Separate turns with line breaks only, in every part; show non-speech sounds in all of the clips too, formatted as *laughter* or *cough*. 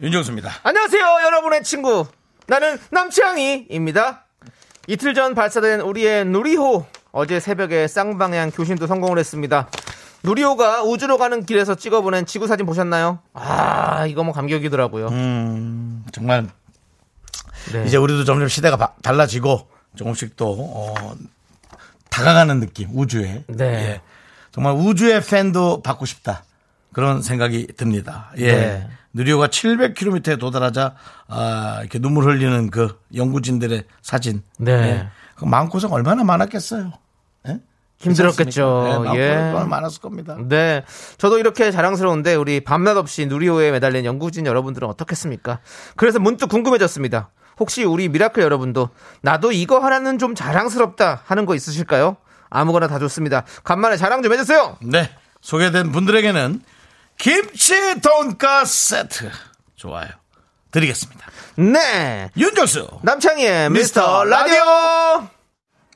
윤정수입니다.
안녕하세요, 여러분의 친구. 나는 남창희입니다. 이틀 전 발사된 우리의 누리호. 어제 새벽에 쌍방향 교신도 성공을 했습니다. 누리호가 우주로 가는 길에서 찍어보낸 지구 사진 보셨나요? 아, 이거 뭐 감격이더라고요.
정말
네.
음. 이제 우리도 점점 시대가 바- 달라지고 조금씩 또 어, 다가가는 느낌 우주에
네.
예. 정말 우주의 팬도 받고 싶다 그런 생각이 듭니다. 예.
네.
누리호가 700km에 도달하자 아, 이렇게 눈물 흘리는 그 연구진들의 사진.
네.
예. 그 마음고생 얼마나 많았겠어요. 예?
힘들었겠죠.
괜찮습니까? 예,
예.
마음고생 얼마나 많았을 겁니다.
네. 저도 이렇게 자랑스러운데 우리 밤낮 없이 누리호에 매달린 연구진 여러분들은 어떻겠습니까? 그래서 문득 궁금해졌습니다. 혹시 우리 미라클 여러분도 나도 이거 하나는 좀 자랑스럽다 하는 거 있으실까요? 아무거나 다 좋습니다. 간만에 자랑 좀 해주세요.
네. 소개된 분들에게는 김치 돈가스 세트 좋아요. 드리겠습니다.
네.
윤정수.
남창희의
미스터
미스터 라디오.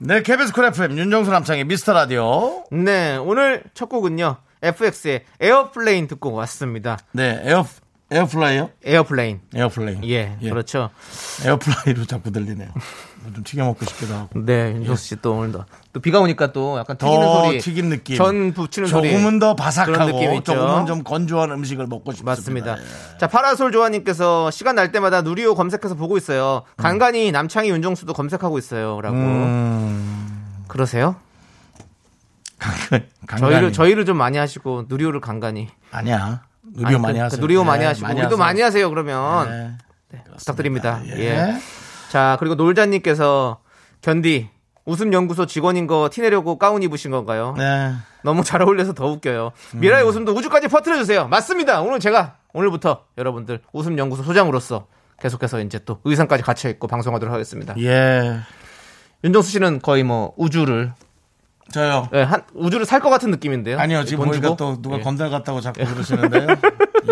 네, KBS 쿨 FM 윤정수 남창의 미스터 라디오.
네. 오늘 첫 곡은요. FX의 에어플레인 듣고 왔습니다.
네, 에어 에어플라이요?
에어플레인.
에어플라인.
예, 그렇죠.
에어플라이로 자꾸 들리네요. 뭐좀 튀겨 먹고 싶기도 하고.
네, 윤정수 씨또 오늘 더- 또 비가 오니까 또 약간 튀기는
더
소리,
튀긴 느낌.
전 부치는 소리,
조금은 더
그런 느낌
바삭하고
있죠?
조금은 좀 건조한 음식을 먹고 싶습니다.
맞습니다.
예.
자, 파라솔 조아님께서 시간 날 때마다 누리호 검색해서 보고 있어요.
음.
간간히 남창희 윤정수도 검색하고 있어요라고. 그러세요?
강- 음. 강간이.
저희를 저희를 좀 많이 하시고 누리호를 간간히.
아니야. 누리호
아니,
많이
그-
하세요.
그 누리호
예,
많이 하시고 우리도 많이 하세요. 그러면
예.
부탁드립니다.
그렇습니다.
예. 자, 그리고 놀자님께서 견디 웃음 연구소 직원인 거 티내려고 가운 입으신 건가요?
네.
너무 잘 어울려서 더 웃겨요. 미라의 웃음도 우주까지 퍼뜨려 주세요. 맞습니다. 오늘 제가 오늘부터 여러분들 웃음 연구소 소장으로서 계속해서 이제 또 의상까지 갖춰 입고 방송하도록 하겠습니다.
예.
윤정수 씨는 거의 뭐 우주를
저요.
예, 한 우주를 살 것 같은 느낌인데요.
아니요 지금
돈
보니까
주고.
또 누가
예.
건달 같다고 자꾸
*laughs*
그러시는데요.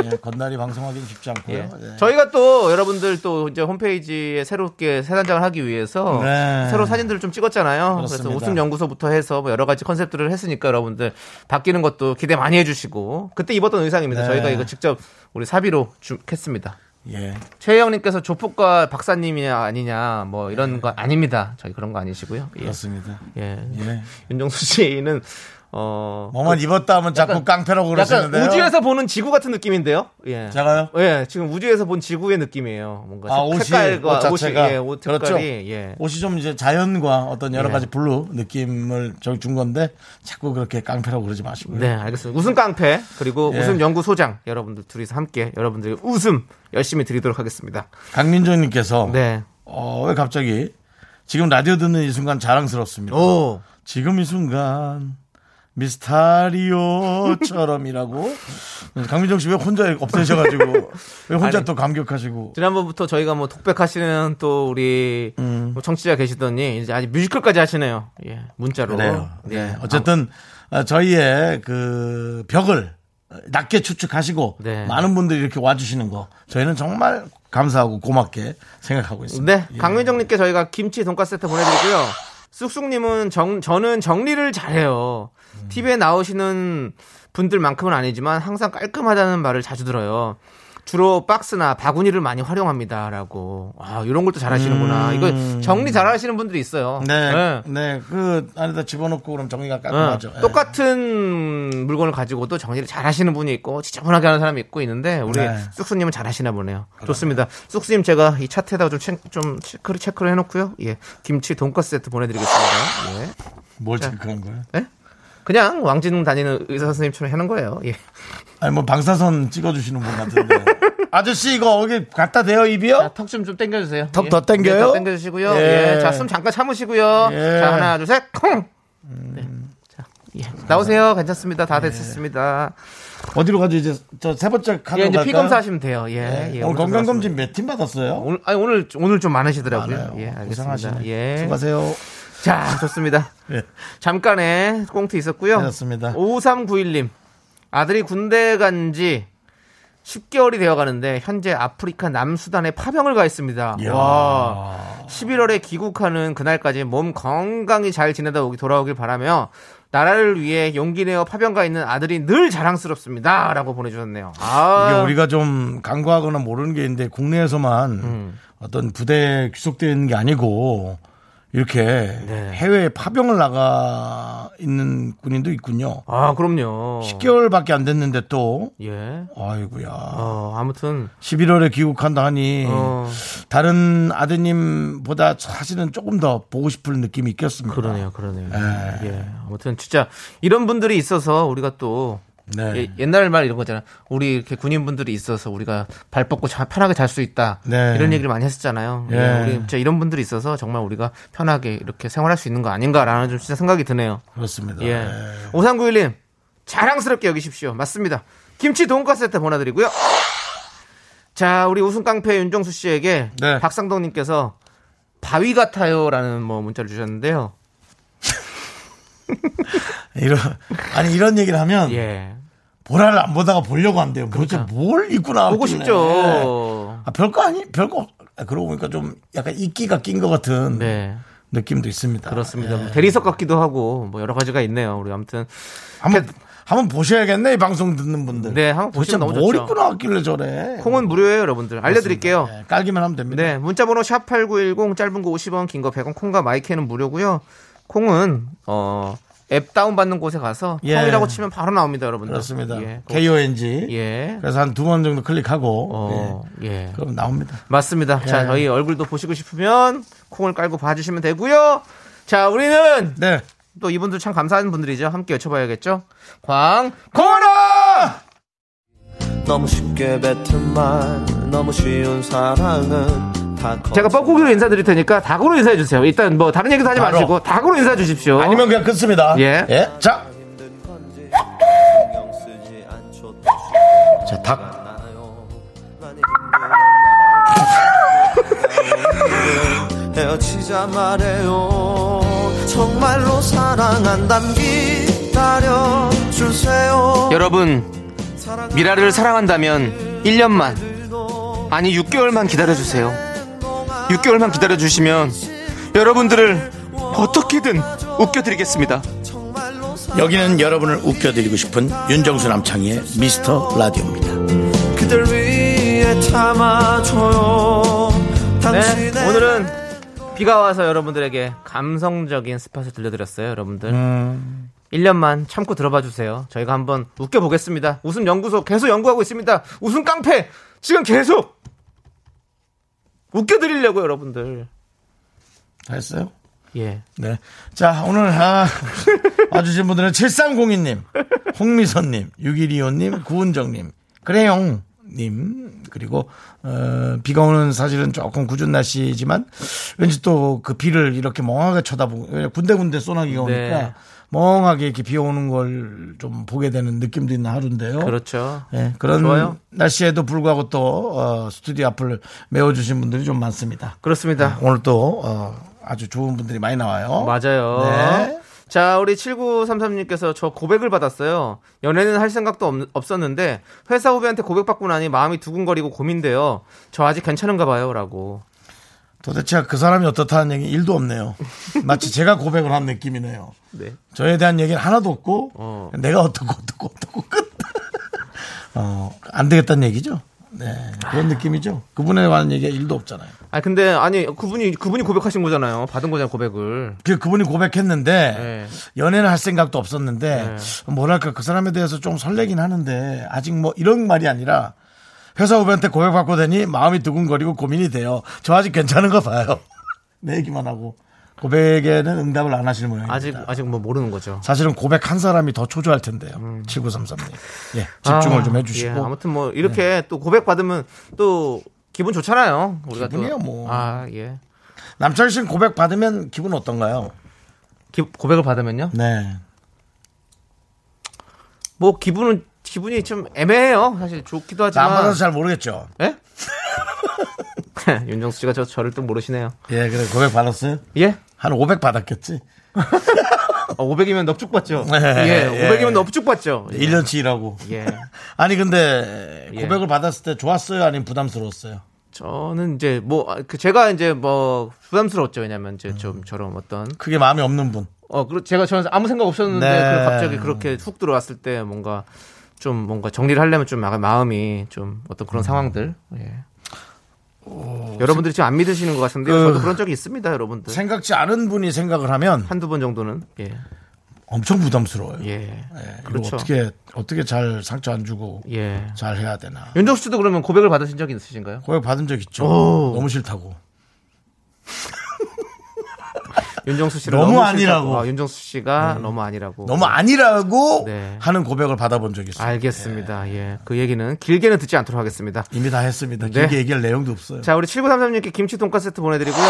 예, 건달이 방송하기는 쉽지
예.
않고요. 예.
저희가 또 여러분들 또 이제 홈페이지에 새롭게 새 단장을 하기 위해서
네.
새로 사진들을 좀 찍었잖아요.
그렇습니다.
그래서 웃음 연구소부터 해서 뭐 여러 가지 컨셉들을 했으니까 여러분들 바뀌는 것도 기대 많이 해주시고 그때 입었던 의상입니다.
네.
저희가 이거 직접 우리 사비로 주- 했습니다.
예.
최혜영님께서 조폭과 박사님이 아니냐 뭐 이런 거 아닙니다. 저희 그런 거 아니시고요. 예.
네. 그렇습니다.
예.
예.
윤정수 씨는 어
뭐만 입었다 하면 자꾸
약간-
깡패라고
약간
그러시는데요.
우주에서 보는 지구 같은 느낌인데요. 예.
제가요?
예, 지금 우주에서 본 지구의 느낌이에요. 뭔가
아, 옷이, 옷
뭐 색깔과
자체가.
옷이, 예, 옷 색깔이
그렇죠.
예.
옷이 좀 이제 자연과 어떤 여러
예.
가지 블루 느낌을 저기 준 건데 자꾸 그렇게 깡패라고 그러지 마시고요.
네, 알겠습니다. 웃음 깡패 그리고
예.
웃음 연구소장 여러분들 둘이서 함께 여러분들의 웃음 열심히 드리도록 하겠습니다.
강민정님께서
네.
어, 왜 갑자기 지금 라디오 듣는 이 순간 자랑스럽습니다.
오.
지금 이 순간
*laughs*
미스타리오처럼이라고 강민정 씨 왜 혼자 없애셔가지고 왜 혼자
아니,
또 감격하시고
지난번부터 저희가 뭐 독백하시는 또 우리
음.
뭐 청취자 계시더니 이제 아직 뮤지컬까지 하시네요. 예, 문자로.
그래요.
예.
네. 어쨌든 어, 저희의 그 벽을 낮게 추측하시고
네.
많은 분들이 이렇게 와주시는 거 저희는 정말 감사하고 고맙게 생각하고 있습니다.
네, 강민정님께 저희가 김치 돈가스 세트 보내드리고요. 쑥쑥님은 정, 저는 정리를 잘해요.
음.
TV에 나오시는 분들만큼은 아니지만 항상 깔끔하다는 말을 자주 들어요. 주로 박스나 바구니를 많이 활용합니다라고. 아, 이런 걸 또 잘하시는구나. 이거 정리 잘하시는 분들이 있어요.
음. 네,
네.
네, 그 안에다 집어넣고 그럼 정리가
어,
깔끔하죠. 예.
똑같은 물건을 가지고도 정리를 잘 하시는 분이 있고 지저분하게 하는 사람이 있고 있는데 우리
네.
쑥스님은 잘 하시나 보네요. 좋습니다. 쑥스님 제가 이 차트에다가 좀, 체, 좀 체크를, 체크를 해놓고요. 예. 김치 돈가스 세트 보내드리겠습니다. 예.
뭘 체크한 거예요?
예? 그냥 왕진웅 다니는 의사 선생님처럼 하는 거예요. 예.
아니 뭐 방사선 찍어주시는 분
*laughs*
같은데 아저씨 이거 여기 갖다 대요 입이요?
턱 좀 좀 당겨주세요.
턱더 당겨요?
예, 더 당겨주시고요.
예.
예. 자, 숨 잠깐 참으시고요.
예. 음.
자, 하나, 둘, 셋, 콩! 네. 자, 예. 나오세요. 괜찮습니다. 다 됐습니다.
네. 어디로 가죠? 이제 저 세 번째 카드
예,
로
이제
갈까요?
피 검사하시면 돼요. 예.
네.
예,
오늘
오늘도
건강검진 몇 팀 받았어요?
오늘 아니, 오늘 오늘 좀 많으시더라고요.
많아요.
예, 알겠습니다.
고생하시네.
예.
수고하세요.
자, 좋습니다.
*laughs* 예.
잠깐의 꽁트 있었고요.
그렇습니다.
5391님. 아들이 군대 간 지 10개월이 되어 가는데 현재 아프리카 남수단에 파병을 가 있습니다.
이야.
와. 11월에 귀국하는 그날까지 몸 건강히 잘 지내다 오기 돌아오길 바라며 나라를 위해 용기 내어 파병 가 있는 아들이 늘 자랑스럽습니다라고 보내 주셨네요. 아.
이게 우리가 좀 간과하거나 모르는 게 있는데 국내에서만
음.
어떤 부대에 귀속되어 있는 게 아니고 이렇게
네.
해외에 파병을 나가 있는 군인도 있군요.
아, 그럼요.
10개월밖에 안 됐는데 또
예.
아이고야.
어, 아무튼
11월에 귀국한다 하니
어.
예. 다른 아드님보다 사실은 조금 더 보고 싶은 느낌이 있겠습니다.
그러네요, 그러네요.
예.
예. 아무튼 진짜 이런 분들이 있어서 우리가 또
네.
예, 옛날 말 이런 거잖아. 우리 이렇게 군인분들이 있어서 우리가 발 뻗고 자- 편하게 잘 수 있다.
네.
이런 얘기를 많이 했었잖아요. 예,
예.
우리 진짜 이런 분들이 있어서 정말 우리가 편하게 이렇게 생활할 수 있는 거 아닌가라는 좀 진짜 생각이 드네요.
그렇습니다.
예.
예.
오상구일님 자랑스럽게 여기십시오. 맞습니다. 김치 돈가스 세트 보내드리고요. 자, 우리 우승 깡패 윤정수 씨에게
네.
박상덕님께서 바위 같아요라는 뭐 문자를 주셨는데요.
이런 *laughs* 아니 이런 얘기를 하면
예. 그러니까.
보라를 안 보다가 보려고 한대요. 뭐 도대체 뭘 입고 나왔길래?
보고 싶죠.
아, 별거 아니 별거 없- 아, 그러고 보니까 좀 약간 이끼가 낀 것 같은
네.
느낌도 있습니다.
그렇습니다.
예.
뭐 대리석 같기도 하고 뭐 여러 가지가 있네요. 우리 아무튼
한번 한번 보셔야겠네 이 방송 듣는 분들.
그 네, 한번
도대체
보시면 너무
뭘
좋죠.
입고 나왔길래 저래?
콩은 무료예요, 여러분들. 알려드릴게요.
예, 깔기만 하면 됩니다.
네, 문자번호 샵 #8910 짧은 거 50원, 긴 거 100원, 콩과 마이크는 무료고요. 콩은 어 앱 다운 받는 곳에 가서
예.
콩이라고 치면 바로 나옵니다, 여러분들.
그렇습니다.
예, 그-
KONG.
예.
그래서 한 두 번 정도 클릭하고
어,
예.
예.
그럼 나옵니다.
맞습니다.
예.
자, 저희 얼굴도 보시고 싶으면 콩을 깔고 봐주시면 되고요. 자, 우리는
네.
또 이분들 참 감사한 분들이죠. 함께 외쳐봐야겠죠. 광
코너!
너무 쉽게 뱉은 말 너무 쉬운 사랑은 다
제가 뻐꾸기로 인사드릴 테니까 닭으로 인사해 주세요. 일단 뭐 다른 얘기도 하지
닭으로.
마시고 닭으로 인사해 주십시오.
아니면 그냥 끊습니다.
예.
자.
신경 쓰지 않죠
자, 닭.
많이 힘들었나요? *laughs* 헤어지자 말해요 정말로 사랑한담 기다려주세요
여러분 미라를 사랑한다면 1년만 아니 6개월만 기다려주세요 6개월만 기다려주시면 여러분들을 어떻게든 웃겨드리겠습니다
여기는 여러분을 웃겨드리고 싶은 윤정수 남창희의 미스터 라디오입니다.
그들 위해 참아줘요
네
당신의
오늘은 비가 와서 여러분들에게 감성적인 스팟을 들려드렸어요 여러분들 1년만 참고 들어봐 주세요 저희가 한번 웃겨보겠습니다 웃음 연구소 계속 연구하고 있습니다 웃음 깡패 지금 계속 웃겨드리려고 여러분들
다 했어요?
예
네. 자, 오늘, 아, *laughs* 와주신 분들은 7302님, 홍미선님, 6125님, 구은정님, 그래용님, 그리고, 어, 비가 오는 사실은 조금 구준 날씨지만, 왠지 또 그 비를 이렇게 멍하게 쳐다보고, 왜냐 군데군데 소나기가 오니까,
네.
멍하게 이렇게 비 오는 걸 좀 보게 되는 느낌도 있는 하루인데요.
그렇죠
예, 그런
좋아요.
날씨에도 불구하고 또, 어, 스튜디오 앞을 메워주신 분들이 좀 많습니다.
그렇습니다.
오늘 또 어, 아주 좋은 분들이 많이 나와요.
맞아요.
어? 네.
자, 우리 7933님께서 저 고백을 받았어요. 연애는 할 생각도 없- 없었는데 회사 후배한테 고백받고 나니 마음이 두근거리고 고민돼요. 저 아직 괜찮은가 봐요. 라고.
도대체 그 사람이 어떻다는 얘기 일도 없네요. 마치 제가 고백을 한 느낌이네요.
네.
저에 대한 얘기는 하나도 없고
어.
내가 어떻고 어떻고 어떻고 끝. 어, 안 되겠다는 얘기죠. 네, 그런 느낌이죠. 그분에 관한 얘기가 일도 없잖아요.
아, 근데 아니 그분이 그분이 고백하신 거잖아요. 받은 거잖아요, 고백을.
그 그분이 고백했는데
네.
연애는 할 생각도 없었는데 뭐랄까 그 사람에 대해서 좀 설레긴 하는데 아직 뭐 이런 말이 아니라 회사 후배한테 고백받고 되니 마음이 두근거리고 고민이 돼요. 저 아직 괜찮은 거 봐요. *laughs* 내 얘기만 하고 고백에는 응답을 안 하실 모양입니다.
아직 아직 뭐 모르는 거죠.
사실은 고백 한 사람이 더 초조할 텐데요. 7933님. 예, 집중을
음. 아,
좀
예,
해주시고. 네.
아무튼 뭐 이렇게 또 고백 받으면 또 기분 좋잖아요. 우리가 또-
기분이요, 뭐.
아, 예.
남철 씨는 고백 받으면 기분 어떤가요?
기- 고백을 받으면요?
네.
뭐 기분은 기분이 좀 애매해요. 사실 좋기도
나안
하지만.
받아서 잘 모르겠죠.
예? *laughs* 윤정수 씨가 저 저를 또 모르시네요.
예, 그래 고백 받았어요?
예?
한 500 받았겠지.
어, 500이면 넙죽 받죠.
예,
예,
예.
500이면 넙죽 받죠. 예.
1년치 일하고.
예.
아니 근데
예.
고백을 받았을 때 좋았어요? 아니면 부담스러웠어요?
저는 이제 뭐 그 제가 이제 뭐 부담스러웠죠. 왜냐면 이제 좀 저런 어떤
그게 마음에 없는 분.
어, 그리고 제가 저는 아무 생각 없었는데
네.
그 갑자기 그렇게 훅 들어왔을 때 뭔가 좀 뭔가 정리를 하려면 좀 마- 마음이 좀 어떤 그런 상황들. 예. 여러분들이 지금 안 믿으시는 것 같은데 요
그-
저도 그런 적이 있습니다, 여러분들.
생각지 않은 분이 생각을 하면
한두 번 정도는 예.
엄청 부담스러워요.
예.
예, 이거
그렇죠.
어떻게 어떻게 잘 상처 안 주고
예.
잘 해야 되나?
윤정수 씨도 그러면 고백을 받으신 적이 있으신가요?
고백 받은 적 있죠.
오.
너무 싫다고.
윤정수 씨를
너무
싫다고-
아니라고. 네.
아, 윤정수 씨가 너무 아니라고.
너무 아니라고
네.
하는 고백을 받아본 적이 있어요.
알겠습니다. 예. 그 얘기는 길게는 듣지 않도록 하겠습니다.
이미 다 했습니다.
네.
길게 얘기할 내용도 없어요.
자, 우리 7933님께 김치 돈가스 세트 보내드리고요.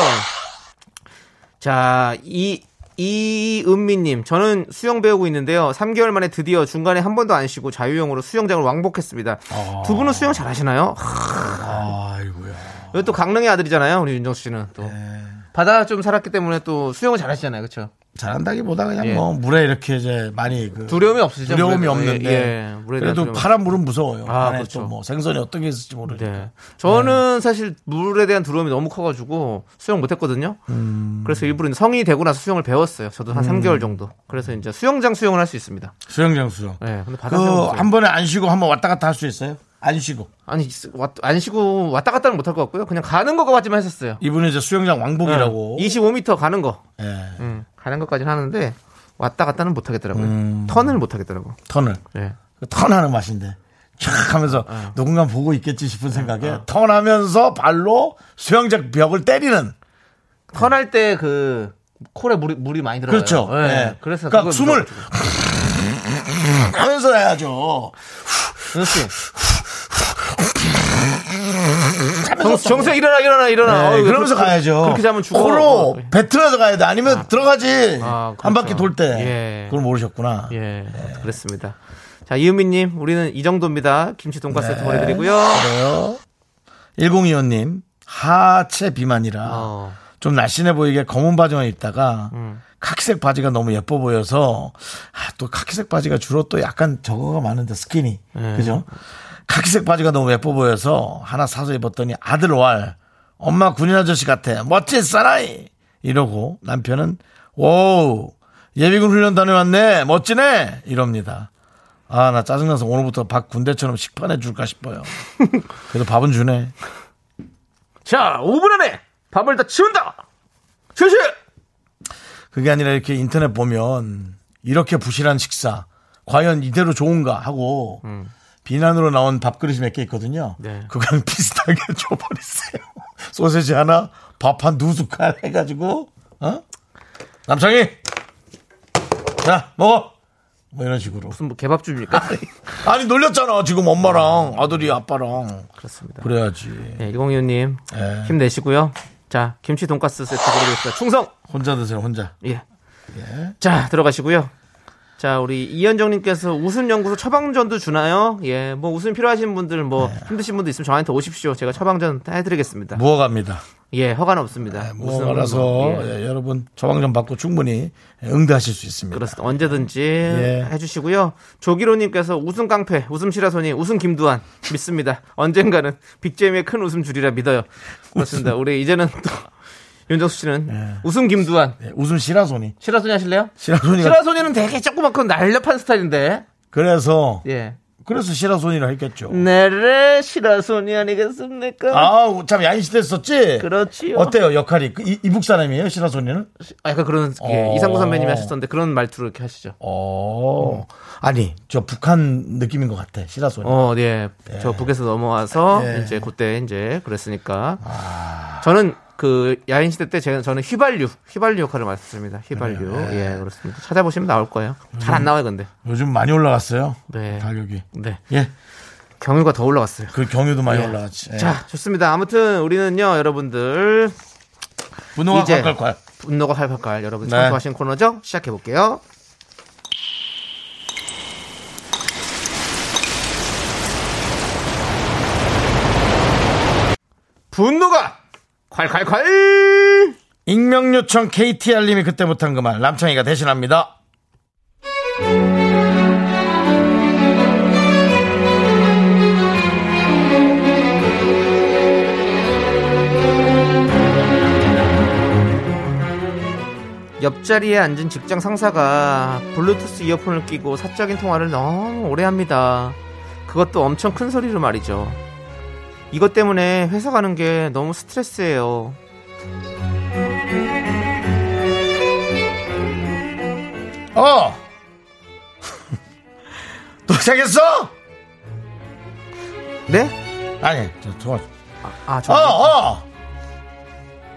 자, 이, 이은미님. 저는 수영 배우고 있는데요. 3개월 만에 드디어 중간에 한 번도 안 쉬고 자유형으로 수영장을 왕복했습니다.
아.
두 분은 수영 잘 하시나요?
아이고야. 예.
이또 강릉의 아들이잖아요. 우리 윤정수 씨는 또.
네.
바다 좀 살았기 때문에 또 수영을 잘 하시잖아요. 그쵸?
잘한다기보다 그냥
예.
뭐 물에 이렇게 이제 많이 그
두려움이 없으시죠?
두려움이
물에도.
없는데
예, 예, 물에
그래도
대한 두려움.
파란 물은 무서워요.
아,
안에
그렇죠.
또뭐 생선이 어떤 게 있을지 모르니까.
네. 저는 사실 물에 대한 두려움이 너무 커가지고 수영 못했거든요.
음.
그래서 일부러 이제 성인이 되고 나서 수영을 배웠어요. 저도 한 3개월 정도. 그래서 이제 수영장 수영을 할 수 있습니다.
수영장 수영.
네, 근데 바다
그
수영
한 번에 안 쉬고 한 번 왔다 갔다 할 수 있어요? 안 쉬고.
아니 왔- 안 쉬고 왔다 갔다는 못할 것 같고요. 그냥 가는 거가 맞지만 했었어요.
이분은 이제 수영장 왕복이라고.
25m 가는 거,
예.
음, 가는 것까지는 하는데 왔다 갔다는 못 하겠더라고요.
음.
턴을 못 하겠더라고.
턴을.
예.
그 턴하는 맛인데. 촥 하면서
네.
누군가 보고 있겠지 싶은 생각에 턴하면서 발로 수영장 벽을 때리는
턴할 때 그 콜에 물이, 물이 많이 들어가요.
그렇죠.
예.
예.
그래서
그러니까
그걸
숨을
믿어가지고.
*laughs* 하면서 해야죠.
그렇지. 정, 수 일어나 일어나 아, 일어나.
네,
어우,
그러면서
그렇게-
가야죠.
그렇게 자면 죽어.
코로
어,
뱉으면서 가야 돼. 아니면 들어가지.
아,
한 바퀴
그렇죠.
돌 때.
예.
그걸 모르셨구나.
예, 그렇습니다. 자 이은미님, 우리는 이 정도입니다. 김치 돈가스
네.
세트 보내드리고요.
그래요. 1025님 하체 비만이라
어.
좀 날씬해 보이게 검은 바지만 입다가 카키색 바지가 너무 예뻐 보여서 아, 또 카키색 바지가 주로 또 약간 저거가 많은데 스키니 그죠? 카키색 바지가 너무 예뻐 보여서 하나 사서 입었더니 아들 왈 엄마 군인 아저씨 같아 멋진 사나이 이러고 남편은 오 예비군 훈련 다녀왔네 멋지네 이럽니다. 아 나 짜증나서 오늘부터 박 군대처럼 식판해 줄까 싶어요. 그래도 밥은 주네.
자, 5분 안에 밥을 다 치운다. 실시.
그게 아니라 이렇게 인터넷 보면 이렇게 부실한 식사 과연 이대로 좋은가 하고 비난으로 나온 밥그릇이 몇 개 있거든요.
네.
그거랑 *laughs* 비슷하게 줘버리세요. 소세지 하나, 밥 한 두 숟갈 해가지고 어? 남창이 자 먹어 뭐 이런 식으로.
무슨 뭐 개밥집입니까?
아니 놀렸잖아 지금 엄마랑 아들이 아빠랑
그렇습니다.
그래야지
네, 1025님
예.
힘내시고요. 자, 김치 돈가스 세트 드리겠습니다. 충성.
혼자 드세요 혼자.
예. 자, 들어가시고요. 자, 우리 이현정님께서 웃음 연구소 처방전도 주나요? 예, 뭐 웃음 필요하신 분들, 뭐
네.
힘드신 분들 있으면 저한테 오십시오. 제가 처방전 다 해드리겠습니다.
무어갑니다.
예, 허가는 없습니다. 웃음은 뭐,
무어가라서
예.
아, 예, 여러분 처방전 받고 충분히 응대하실 수 있습니다.
그렇습니다. 언제든지
예.
해주시고요. 조기로님께서 웃음 깡패, 웃음 시라소니, 웃음 김두한 믿습니다. 언젠가는 빅잼의 큰 웃음 줄이라 믿어요. 그렇습니다. 우리 이제는 또 윤정수 씨는 웃음 김두한
예, 웃음 시라소니.
시라소니 하실래요?
시라소니가
시라소니는 되게 조그맣고 날렵한 스타일인데
그래서
예.
그래서 시라소니라 했겠죠.
내래 시라소니 아니겠습니까?
아우 참 야인시대 썼지.
그렇지요.
어때요 역할이 그 이, 북 사람이에요 시라소니는?
아, 약간 그런 예,
어.
이상구 선배님이 하셨던데 그런 말투로 이렇게 하시죠.
어 아니 저 북한 느낌인 것 같아 시라소니.
음. 어, 네. 저 북에서 넘어와서 이제 그때 이제 그랬으니까. 저는 그 야인 시대 때 제가 저는 휘발유, 휘발유 역할을 맡았습니다. 휘발유. 예, 그렇습니다. 찾아보시면 나올 거예요. 잘 안 나와요, 근데.
요즘 많이 올라갔어요.
네.
가격이.
네.
예.
경유가 더 올라갔어요.
그 경유도 많이
예.
올라갔지. 예.
자, 좋습니다. 아무튼 우리는 요 여러분들
분홍화
이제-
콸콸콸.
분노가 활발할 여러분
네.
참좋아하시는 코너죠? 시작해 볼게요. 분노가 콸콸콸!
익명 요청 KTR님이 그때 못한 그 말 남창희가 대신합니다.
옆자리에 앉은 직장 상사가 블루투스 이어폰을 끼고 사적인 통화를 너무 오래 합니다. 그것도 엄청 큰 소리로 말이죠. 이것 때문에 회사 가는 게 너무 스트레스예요.
어 *laughs* 도착했어?
네?
아니 저 통화 중.
아, 저.
어어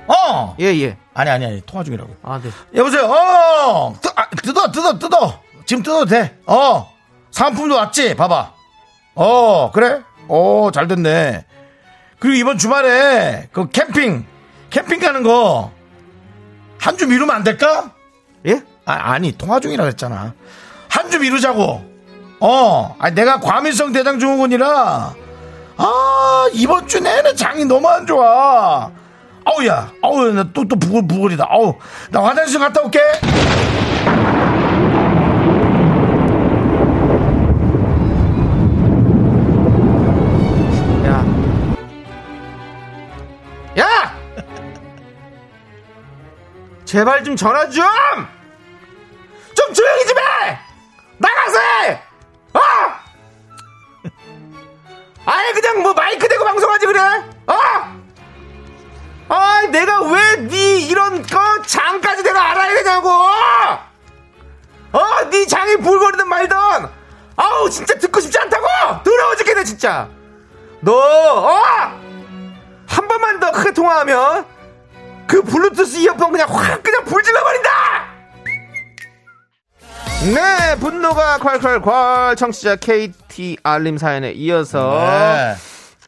어.
예, 예.
아니 아니 아니 통화 중이라고.
아, 네.
여보세요. 어 뜯- 아, 뜯어 뜯어 뜯어 지금 뜯어도 돼. 어 상품도 왔지. 봐봐. 어 그래. 어잘 됐네. 그리고 이번 주말에 그 캠핑 캠핑 가는 거 한 주 미루면 안 될까?
예?
아, 아니 통화 중이라 그랬잖아. 한 주 미루자고. 어, 아니, 내가 과민성 대장 증후군이라. 아 이번 주 내내 장이 너무 안 좋아. 아우야, 아우 나또또 부글 부글이다. 아우 나 화장실 좀 갔다 올게.
야.
*laughs*
야! 제발 좀 전화 좀! 좀 조용히 좀 해! 나가서 해!
*laughs*
어! 아예 그냥 뭐 마이크 대고 방송하지 그래? 어! 아 내가 왜 네 이런 거 장까지 내가 알아야 되냐고! 어! 네 장이 불거리든 말든! 아우 진짜 듣고 싶지 않다고! 더러워 죽겠네 진짜! 너, 어! 한 번만 더 크게 통화하면 그 블루투스 이어폰 그냥 확 그냥 불질러버린다! 네, 분노가 콸콸콸 청취자 KT 알림 사연에 이어서
네.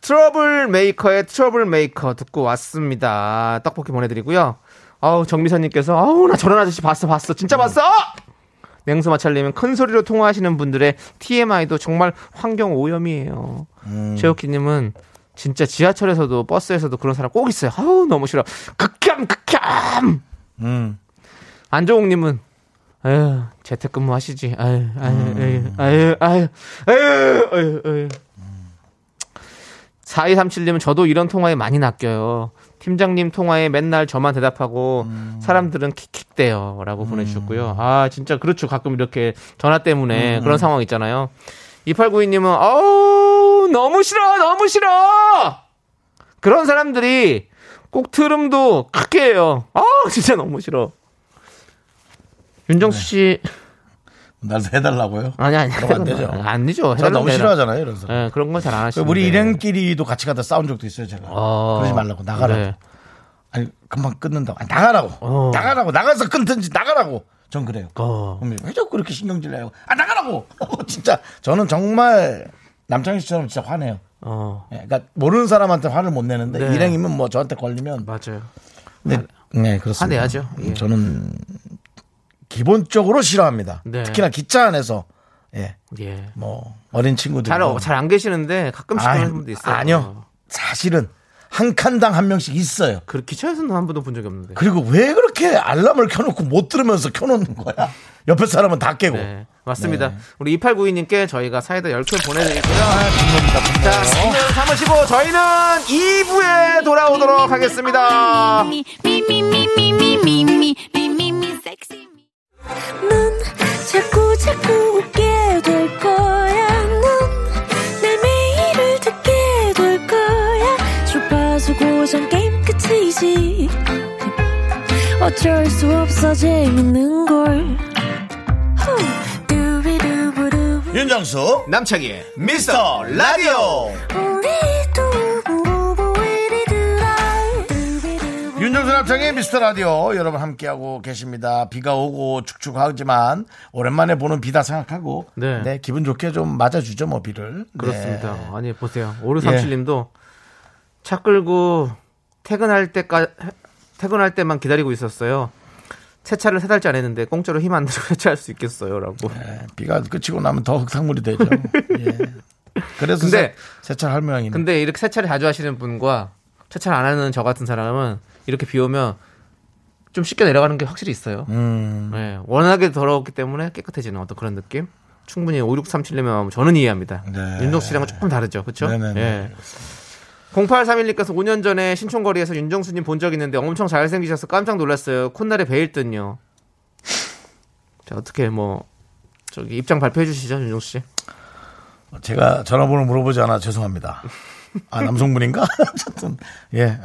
트러블 메이커의 트러블 메이커 듣고 왔습니다. 떡볶이 보내드리고요. 아우 정미선님께서 아우 나 저런 아저씨 봤어 봤어 진짜 봤어.
음.
냉수마찰님은 큰 소리로 통화하시는 분들의 TMI도 정말 환경 오염이에요.
음.
최욱기님은 진짜 지하철에서도 버스에서도 그런 사람 꼭 있어요. 아우 너무 싫어. 극혐 극혐.
음.
안종욱님은 아유 재택근무 하시지 아유 아유 아유 아유 아유 아유 아유 아유 4237님은 저도 이런 통화에 많이 낚여요 팀장님 통화에 맨날 저만 대답하고 사람들은 킥킥대요 라고 보내주셨고요 아 진짜 그렇죠 가끔 이렇게 전화 때문에 그런 상황 있잖아요 2892님은 어우 너무 싫어 너무 싫어 그런 사람들이 꼭 트름도 크게 해요 아 진짜 너무 싫어 윤정수 씨
나도 해달라고요.
아니 아니
그럼 안 되죠.
안 되죠.
제가 너무
해달라는
싫어하잖아요. 이런
대로.
사람.
예, 그런 건 잘 안 하시죠.
우리 일행끼리도 같이 가다 싸운 적도 있어요. 제가 그러지 말라고 나가라. 고
아, 네.
아니 금방 끊는다고. 아니, 나가라고.
어.
나가라고. 나가서 끊든지 나가라고. 전 그래요.
어.
어머니, 왜 자꾸 그렇게 신경질 내요? 아 나가라고! *laughs* 진짜 저는 정말 남창희 씨처럼 진짜 화내요.
어.
예, 그러니까 모르는 사람한테 화를 못 내는데
네.
일행이면 뭐 저한테 걸리면
맞아요.
네, 네, 그렇습니다.
화내야죠.
음,
예.
저는 기본적으로 싫어합니다.
네.
특히나 기차 안에서 예,
예.
뭐 어린 친구들
잘잘안 계시는데 가끔씩
아니,
하는 분도 있어요.
아니요. 사실은 한 칸당 한 명씩 있어요.
그 기차에서는 한 번도 본 적이 없는데.
그리고 왜 그렇게 알람을 켜놓고 못 들으면서 켜놓는 거야? 옆에 사람은 다 깨고.
네. 맞습니다. 우리 2892님께 저희가 사이다 10개 보내드리고요.
아,
자, 3월 15 저희는 2부에 돌아오도록 하겠습니다.
넌 자꾸 자꾸 웃게 될 거야. 넌내 매일을 듣게 될 거야. 주파수 고정 게임 끝이지. 어쩔 수 없어 재밌는 걸. 후. 두비두부두부.
윤정수
남창희의
미스터 라디오
우리 두부부부 우리 두라. 두비두부.
윤정수 남창의 미스터 라디오 여러분 함께하고 계십니다 비가 오고 축축하지만 오랜만에 보는 비다 생각하고 네,
네.
기분 좋게 좀 맞아주죠 뭐 비를 네.
그렇습니다. 아니 보세요. 오르삼칠님도 차 끌고 퇴근할 때까 퇴근할 때만 기다리고 있었어요. 세차를 세 달째 안 했는데 공짜로 힘 안 들고 세차할 수 있겠어요라고.
네, 비가 그치고 나면 더 흙탕물이 되죠 예. 그래서
근데-
세, 세차할 모양이네
근데 이렇게 세차를 자주 하시는 분과 차차를 안 하는 저 같은 사람은 이렇게 비 오면 좀 쉽게 내려가는 게 확실히 있어요.
음.
네, 워낙에 더러웠기 때문에 깨끗해지는 어떤 그런 느낌? 충분히 5637님의 저는 이해합니다.
네.
윤정수 씨랑은 조금 다르죠. 그렇죠?
네네네.
0831님께서 5년 전에 신촌거리에서 윤정수님 본 적 있는데 엄청 잘생기셔서 깜짝 놀랐어요. 콧날에 베일 듯요. 자, 어떻게 뭐, 저기 입장 발표해 주시죠, 윤정수 씨.
제가 전화번호 물어보지 않아 죄송합니다. 아 남성분인가? *laughs* 어쨌든 예 에,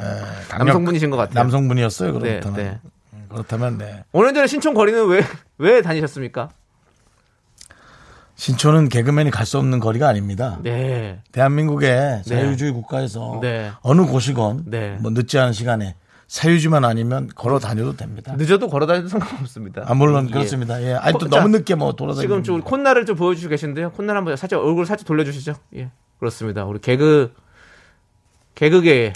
강력-
남성분이신 것 같아요.
남성분이었어요.
네,
그렇다면
네.
그렇다면 네
5년 전에 신촌거리는 왜, 왜 다니셨습니까?
신촌은 개그맨이 갈 수 없는 거리가 아닙니다.
네.
대한민국의 자유주의 국가에서
네.
어느 곳이건
네.
뭐 늦지 않은 시간에 사유지만 아니면 걸어 다녀도 됩니다.
늦어도 걸어다녀도 상관없습니다.
아 물론
예.
그렇습니다. 예. 아니 또
자,
너무 늦게 뭐 돌아다니고
지금 좀 콧날을 좀 보여주시고 계신데요. 콧날 한번 살짝 얼굴 살짝 돌려주시죠. 예, 그렇습니다. 우리 개그 개그계의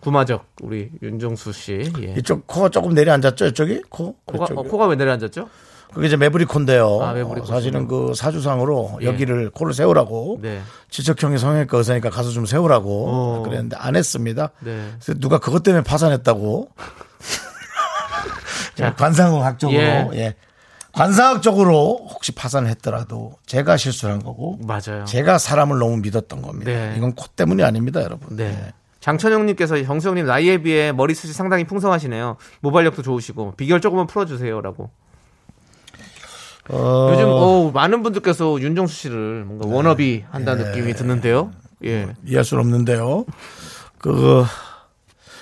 구마적 우리 윤정수 씨. 예.
이쪽 코가 조금 내려앉았죠, 이쪽이 코.
코가
이쪽이?
어, 코가 왜 내려앉았죠?
그게 이제 매브리콘데요.
아, 매부리코.
사실은 그 사주상으로 여기를 코를 세우라고
네.
지척형이 성형외과 의사니까 가서 좀 세우라고
어.
그랬는데 안 했습니다.
네.
그래서 누가 그것 때문에
*laughs*
파산했다고.
자.
관상학적으로
예.
예. 관상학적으로 혹시 파산을 했더라도 제가 실수를 한 거고
맞아요.
제가 사람을 너무 믿었던 겁니다.
네.
이건 코 때문이 아닙니다, 여러분.
네.
예.
장천영님께서 정수영님 나이에 비해 머리숱이 상당히 풍성하시네요. 모발력도 좋으시고 비결 조금만 풀어주세요라고.
어, 네.
요즘 어우, 많은 분들께서 윤정수 씨를 뭔가 워너비 한다는 느낌이 드는데요. 예.
이해할 수는 없는데요. 그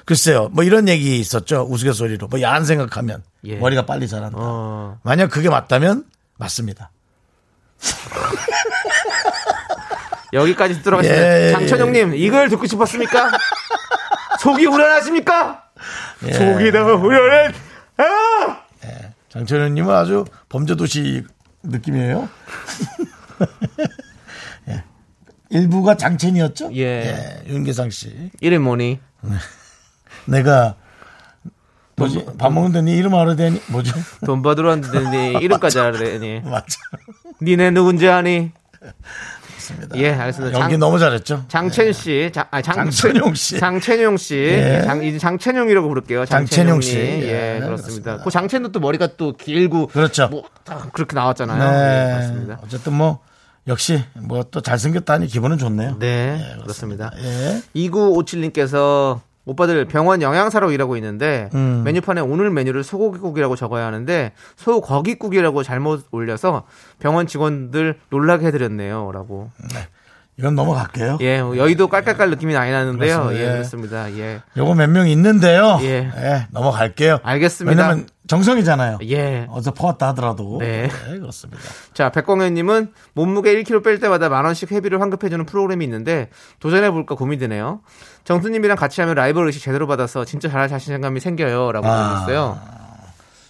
글쎄요, 뭐 이런 얘기 있었죠. 우스갯소리로 뭐 야한 생각하면
예.
머리가 빨리 자란다.
어.
만약 그게 맞다면 맞습니다.
여기까지 들어가시네
예, 예,
장천영님 이걸 듣고 싶었습니까? 속이 우려나십니까?
예.
그 속이 너무 우려해. 아!
장철현님은 아주 범죄도시 느낌이에요. *laughs* 예. 일부가 장첸이었죠.
예.
윤계상 씨.
이름 뭐니?
내가 뭐지? 밥 먹는데 네 이름 알아야 되니? 뭐죠?
돈 받으러 왔는데 네 이름까지 알아내니?
*laughs* 맞죠.
니네 누군지 아니?
맞습니다.
예, 알겠습니다.
연기
장-
너무 잘했죠.
장첸 씨, 장, 아, 장,
장천용 씨.
장천용 씨,
예.
장, 이제 장천용이라고 부를게요.
장천용
장천용 씨,
씨.
예,
예,
그렇습니다.
그렇습니다.
그 장첸도 또 머리가 또 길고,
그렇죠.
뭐다 그렇게 나왔잖아요. 네,
네.
그렇습니다.
어쨌든 뭐 역시 뭐 또 잘생겼다니 기분은 좋네요.
네,
예,
그렇습니다.
예.
2957님께서 오빠들 병원 영양사로 일하고 있는데
음.
메뉴판에 오늘 메뉴를 소고기국이라고 적어야 하는데 소거기국이라고 잘못 올려서 병원 직원들 놀라게 해드렸네요라고
이건 넘어갈게요.
예 여의도 깔깔깔 느낌이 많이 나는데요
그렇습니다.
예
예.
그렇습니다 예
요거 몇 명 있는데요.
예.
예. 넘어갈게요.
알겠습니다.
왜냐면 정성이잖아요.
예.
어서 퍼왔다 하더라도.
네.
네. 그렇습니다.
자, 백광현님은 몸무게 1kg 뺄 때마다 만 원씩 회비를 환급해주는 프로그램이 있는데 도전해볼까 고민되네요. 정수님이랑 같이 하면 라이벌 의식 제대로 받아서 진짜 잘할 자신감이 생겨요라고
아.
하셨어요.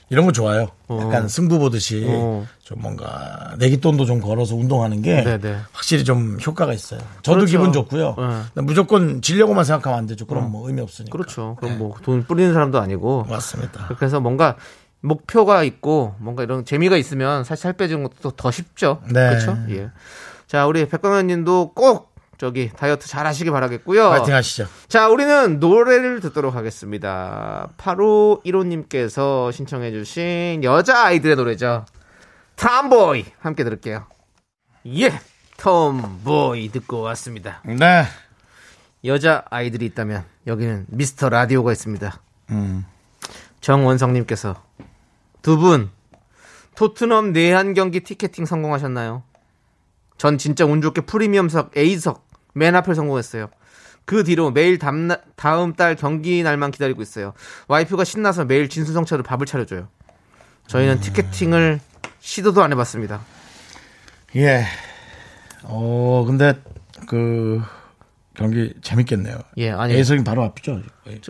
이런 거 좋아요. 약간
어.
승부 보듯이
어.
좀 뭔가 내기돈도 좀 걸어서 운동하는 게
네네.
확실히 좀 효과가 있어요. 저도
그렇죠.
기분 좋고요.
네.
근데 무조건 지려고만 생각하면 안 되죠. 그럼 뭐 의미 없으니까.
어. 그렇죠. 그럼 뭐 돈 뿌리는 사람도 아니고.
맞습니다.
그래서 뭔가 목표가 있고 뭔가 이런 재미가 있으면 사실 살 빼주는 것도 더 쉽죠.
네.
그렇죠. 예. 자, 우리 백광현님도 꼭 저기 다이어트 잘 하시기 바라겠고요.
파이팅 하시죠.
자, 우리는 노래를 듣도록 하겠습니다. 8호 1호님께서 신청해주신 여자 아이들의 노래죠. 톰보이 함께 들을게요. 예, 톰보이 듣고 왔습니다.
네.
여자 아이들이 있다면 여기는 미스터 라디오가 있습니다. 정원성님께서 두 분 토트넘 내한 경기 티켓팅 성공하셨나요? 전 진짜 운 좋게 프리미엄석 A석 맨 앞을 성공했어요. 그 뒤로 매일 담나- 다음 달 경기 날만 기다리고 있어요. 와이프가 신나서 매일 진수성찬으로 밥을 차려줘요. 저희는 티켓팅을 시도도 안 해봤습니다.
예. 어, 근데 그 경기 재밌겠네요.
예, 아니
예성이 바로 앞이죠.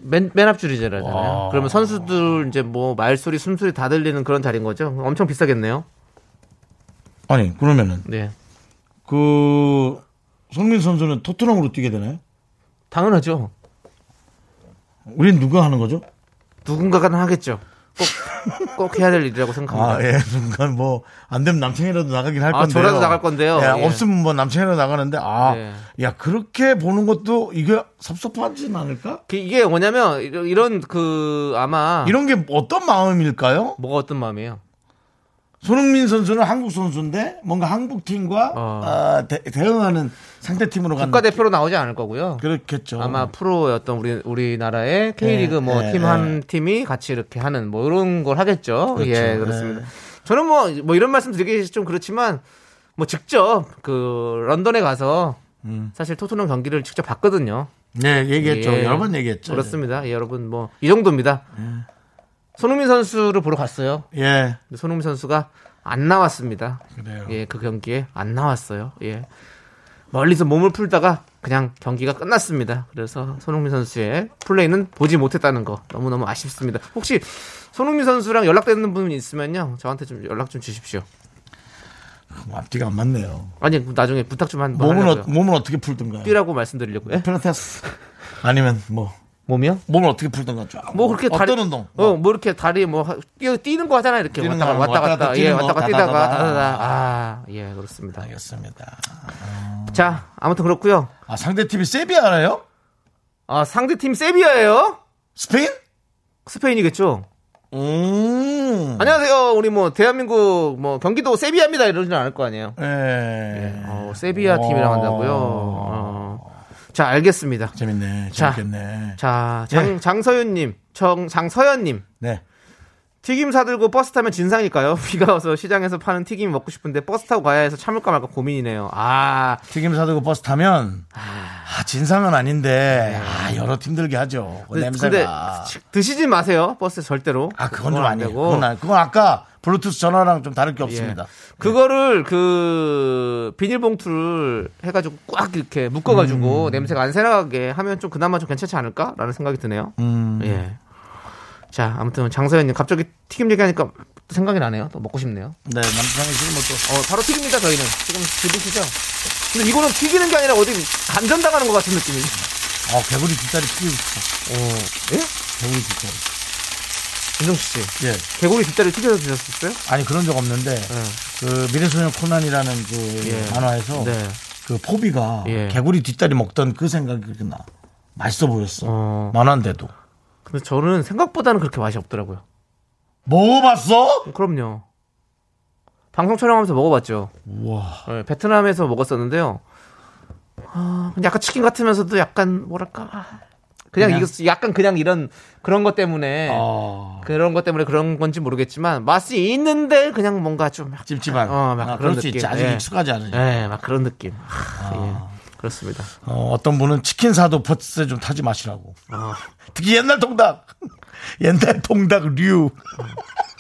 맨, 맨 앞줄이잖아요. 그러면 선수들 이제 뭐 말소리, 숨소리 다 들리는 그런 자리인 거죠? 엄청 비싸겠네요.
아니, 그러면은
네.
그 성민 선수는 토트넘으로 뛰게 되나요?
당연하죠.
우린 누가 하는 거죠?
누군가가 하겠죠. 꼭, *laughs* 꼭 해야 될 일이라고 생각합니다.
아, 예. 순간 뭐, 안 되면 남창이라도 나가긴 할
그러니까. 아,
건데.
저라도 나갈 건데요.
예,
예.
없으면 뭐 남창이라도 나가는데, 아,
예.
야, 그렇게 보는 것도 이게 섭섭하진 않을까?
그- 이게 뭐냐면 이런- 이런 그 아마
이런 게 어떤 마음일까요?
뭐가 어떤 마음이에요?
손흥민 선수는 한국 선수인데, 뭔가 한국 팀과,
어.
아, 대, 대응하는 상대 팀으로 가는.
국가대표로 나오지 않을 거고요.
그렇겠죠.
아마 프로였던 우리 우리나라의 K리그 뭐
예,
팀 한 팀이 같이 이렇게 하는 뭐 이런 걸 하겠죠.
네.
예, 그렇습니다. 저는 뭐 뭐 이런 말씀 드리기 좀 그렇지만 뭐 직접 그 런던에 가서 사실 토트넘 경기를 직접 봤거든요.
네, 음. 얘기했죠.
예.
여러 번 얘기했죠.
그렇습니다. 예, 여러분 뭐 이 정도입니다. 손흥민 선수를 보러 갔어요.
예.
근데 손흥민 선수가 안 나왔습니다.
그래요.
예, 그 경기에 안 나왔어요. 예. 멀리서 몸을 풀다가 그냥 경기가 끝났습니다. 그래서 손흥민 선수의 플레이는 보지 못했다는 거 너무너무 아쉽습니다. 혹시 손흥민 선수랑 연락되는 분 있으면요. 저한테 좀 연락 좀 주십시오.
뭐 앞뒤가 안 맞네요.
아니, 나중에 부탁 좀 한번
몸은, 어,
뭐 하려고요.
몸은 어떻게 풀든가요?
뛰라고 말씀드리려고. 예?
필라테스. 아니면 뭐,
몸이요?
몸을 어떻게 풀든가. 쫙.
뭐 그렇게 다리
어떤 운동?
어, 뭐 이렇게 다리 뭐 하- 뛰, 뛰는 거 하잖아요. 이렇게
뛰는
왔다 갔다
거,
왔다
왔다
갔다.
갔다
예,
뛰는 거,
왔다 갔다 뛰다가
다다다다.
다다다. 아, 예, 그렇습니다.
알겠습니다.
자, 아무튼 그렇고요.
아, 상대 팀이 세비야예요?
아, 상대팀 세비야예요?
스페인?
스페인이겠죠?
음.
어. 안녕하세요. 우리 뭐 대한민국 뭐 경기도 세비야입니다. 이러진 않을 거 아니에요.
예.
어, 세비야 팀이랑 한다고요. 어. 자, 알겠습니다.
재밌네.
자.
재밌겠네.
자, 장, 장서윤님, 정, 장서연님.
네.
튀김 사들고 버스 타면 진상일까요? *laughs* 비가 와서 시장에서 파는 튀김 먹고 싶은데 버스 타고 가야 해서 참을까 말까 고민이네요. 아,
튀김 사들고 버스 타면 아, 진상은 아닌데 아, 여러 팀들게 하죠. 그
네. 근데, 근데
냄새가.
드- 드시지 마세요. 버스 절대로.
아, 그건 좀
안
아니에요.
되고.
그건, 아- 그건 아까 블루투스 전화랑 좀 다를 게 없습니다.
예. 그거를 그 비닐봉투를 해가지고 꽉 이렇게 묶어가지고 냄새가 안 새나가게 하면 좀 그나마 좀 괜찮지 않을까라는 생각이 드네요. 예. 자, 아무튼 장서연님 갑자기 튀김 얘기하니까 또 생각이 나네요. 또 먹고 싶네요.
네, 남편이 지금 뭐 또.
어, 바로 튀깁니다 저희는. 지금 드시죠. 근데 이거는 튀기는 게 아니라 어디 간전 당하는 것 같은 느낌이.
어, 개구리 뒷다리 튀기고 싶어.
어, 예?
개구리 뒷다리.
윤정수 씨,
예.
개고기 뒷다리 튀겨서 드셨었어요?
아니, 그런 적 없는데. 그 미래소년 코난이라는 그
네. 예.
만화에서
네.
그 포비가
예.
개구리 뒷다리 먹던 그 생각이 그렇게 나. 맛있어 보였어.
어.
만화인데도.
근데 저는 생각보다는 그렇게 맛이 없더라고요.
먹어봤어?
그럼요. 방송 촬영하면서 먹어봤죠.
우와.
네, 베트남에서 먹었었는데요. 아, 근데 약간 치킨 같으면서도 약간 뭐랄까 아, 그냥,
그냥?
이거 약간 그냥 이런 그런 것 때문에
어.
그런 것 때문에 그런 건지 모르겠지만 맛이 있는데 그냥 뭔가 좀 약간,
찝찝한.
어, 막
아,
그런
그럴 수
느낌.
있지. 아직
예.
익숙하지 않으니.
예, 막 그런 느낌. 아, 예. 그렇습니다.
어, 어떤 분은 치킨 사도 버스에 좀 타지 마시라고.
아.
특히 옛날 통닭. *laughs* 옛날 통닭 류.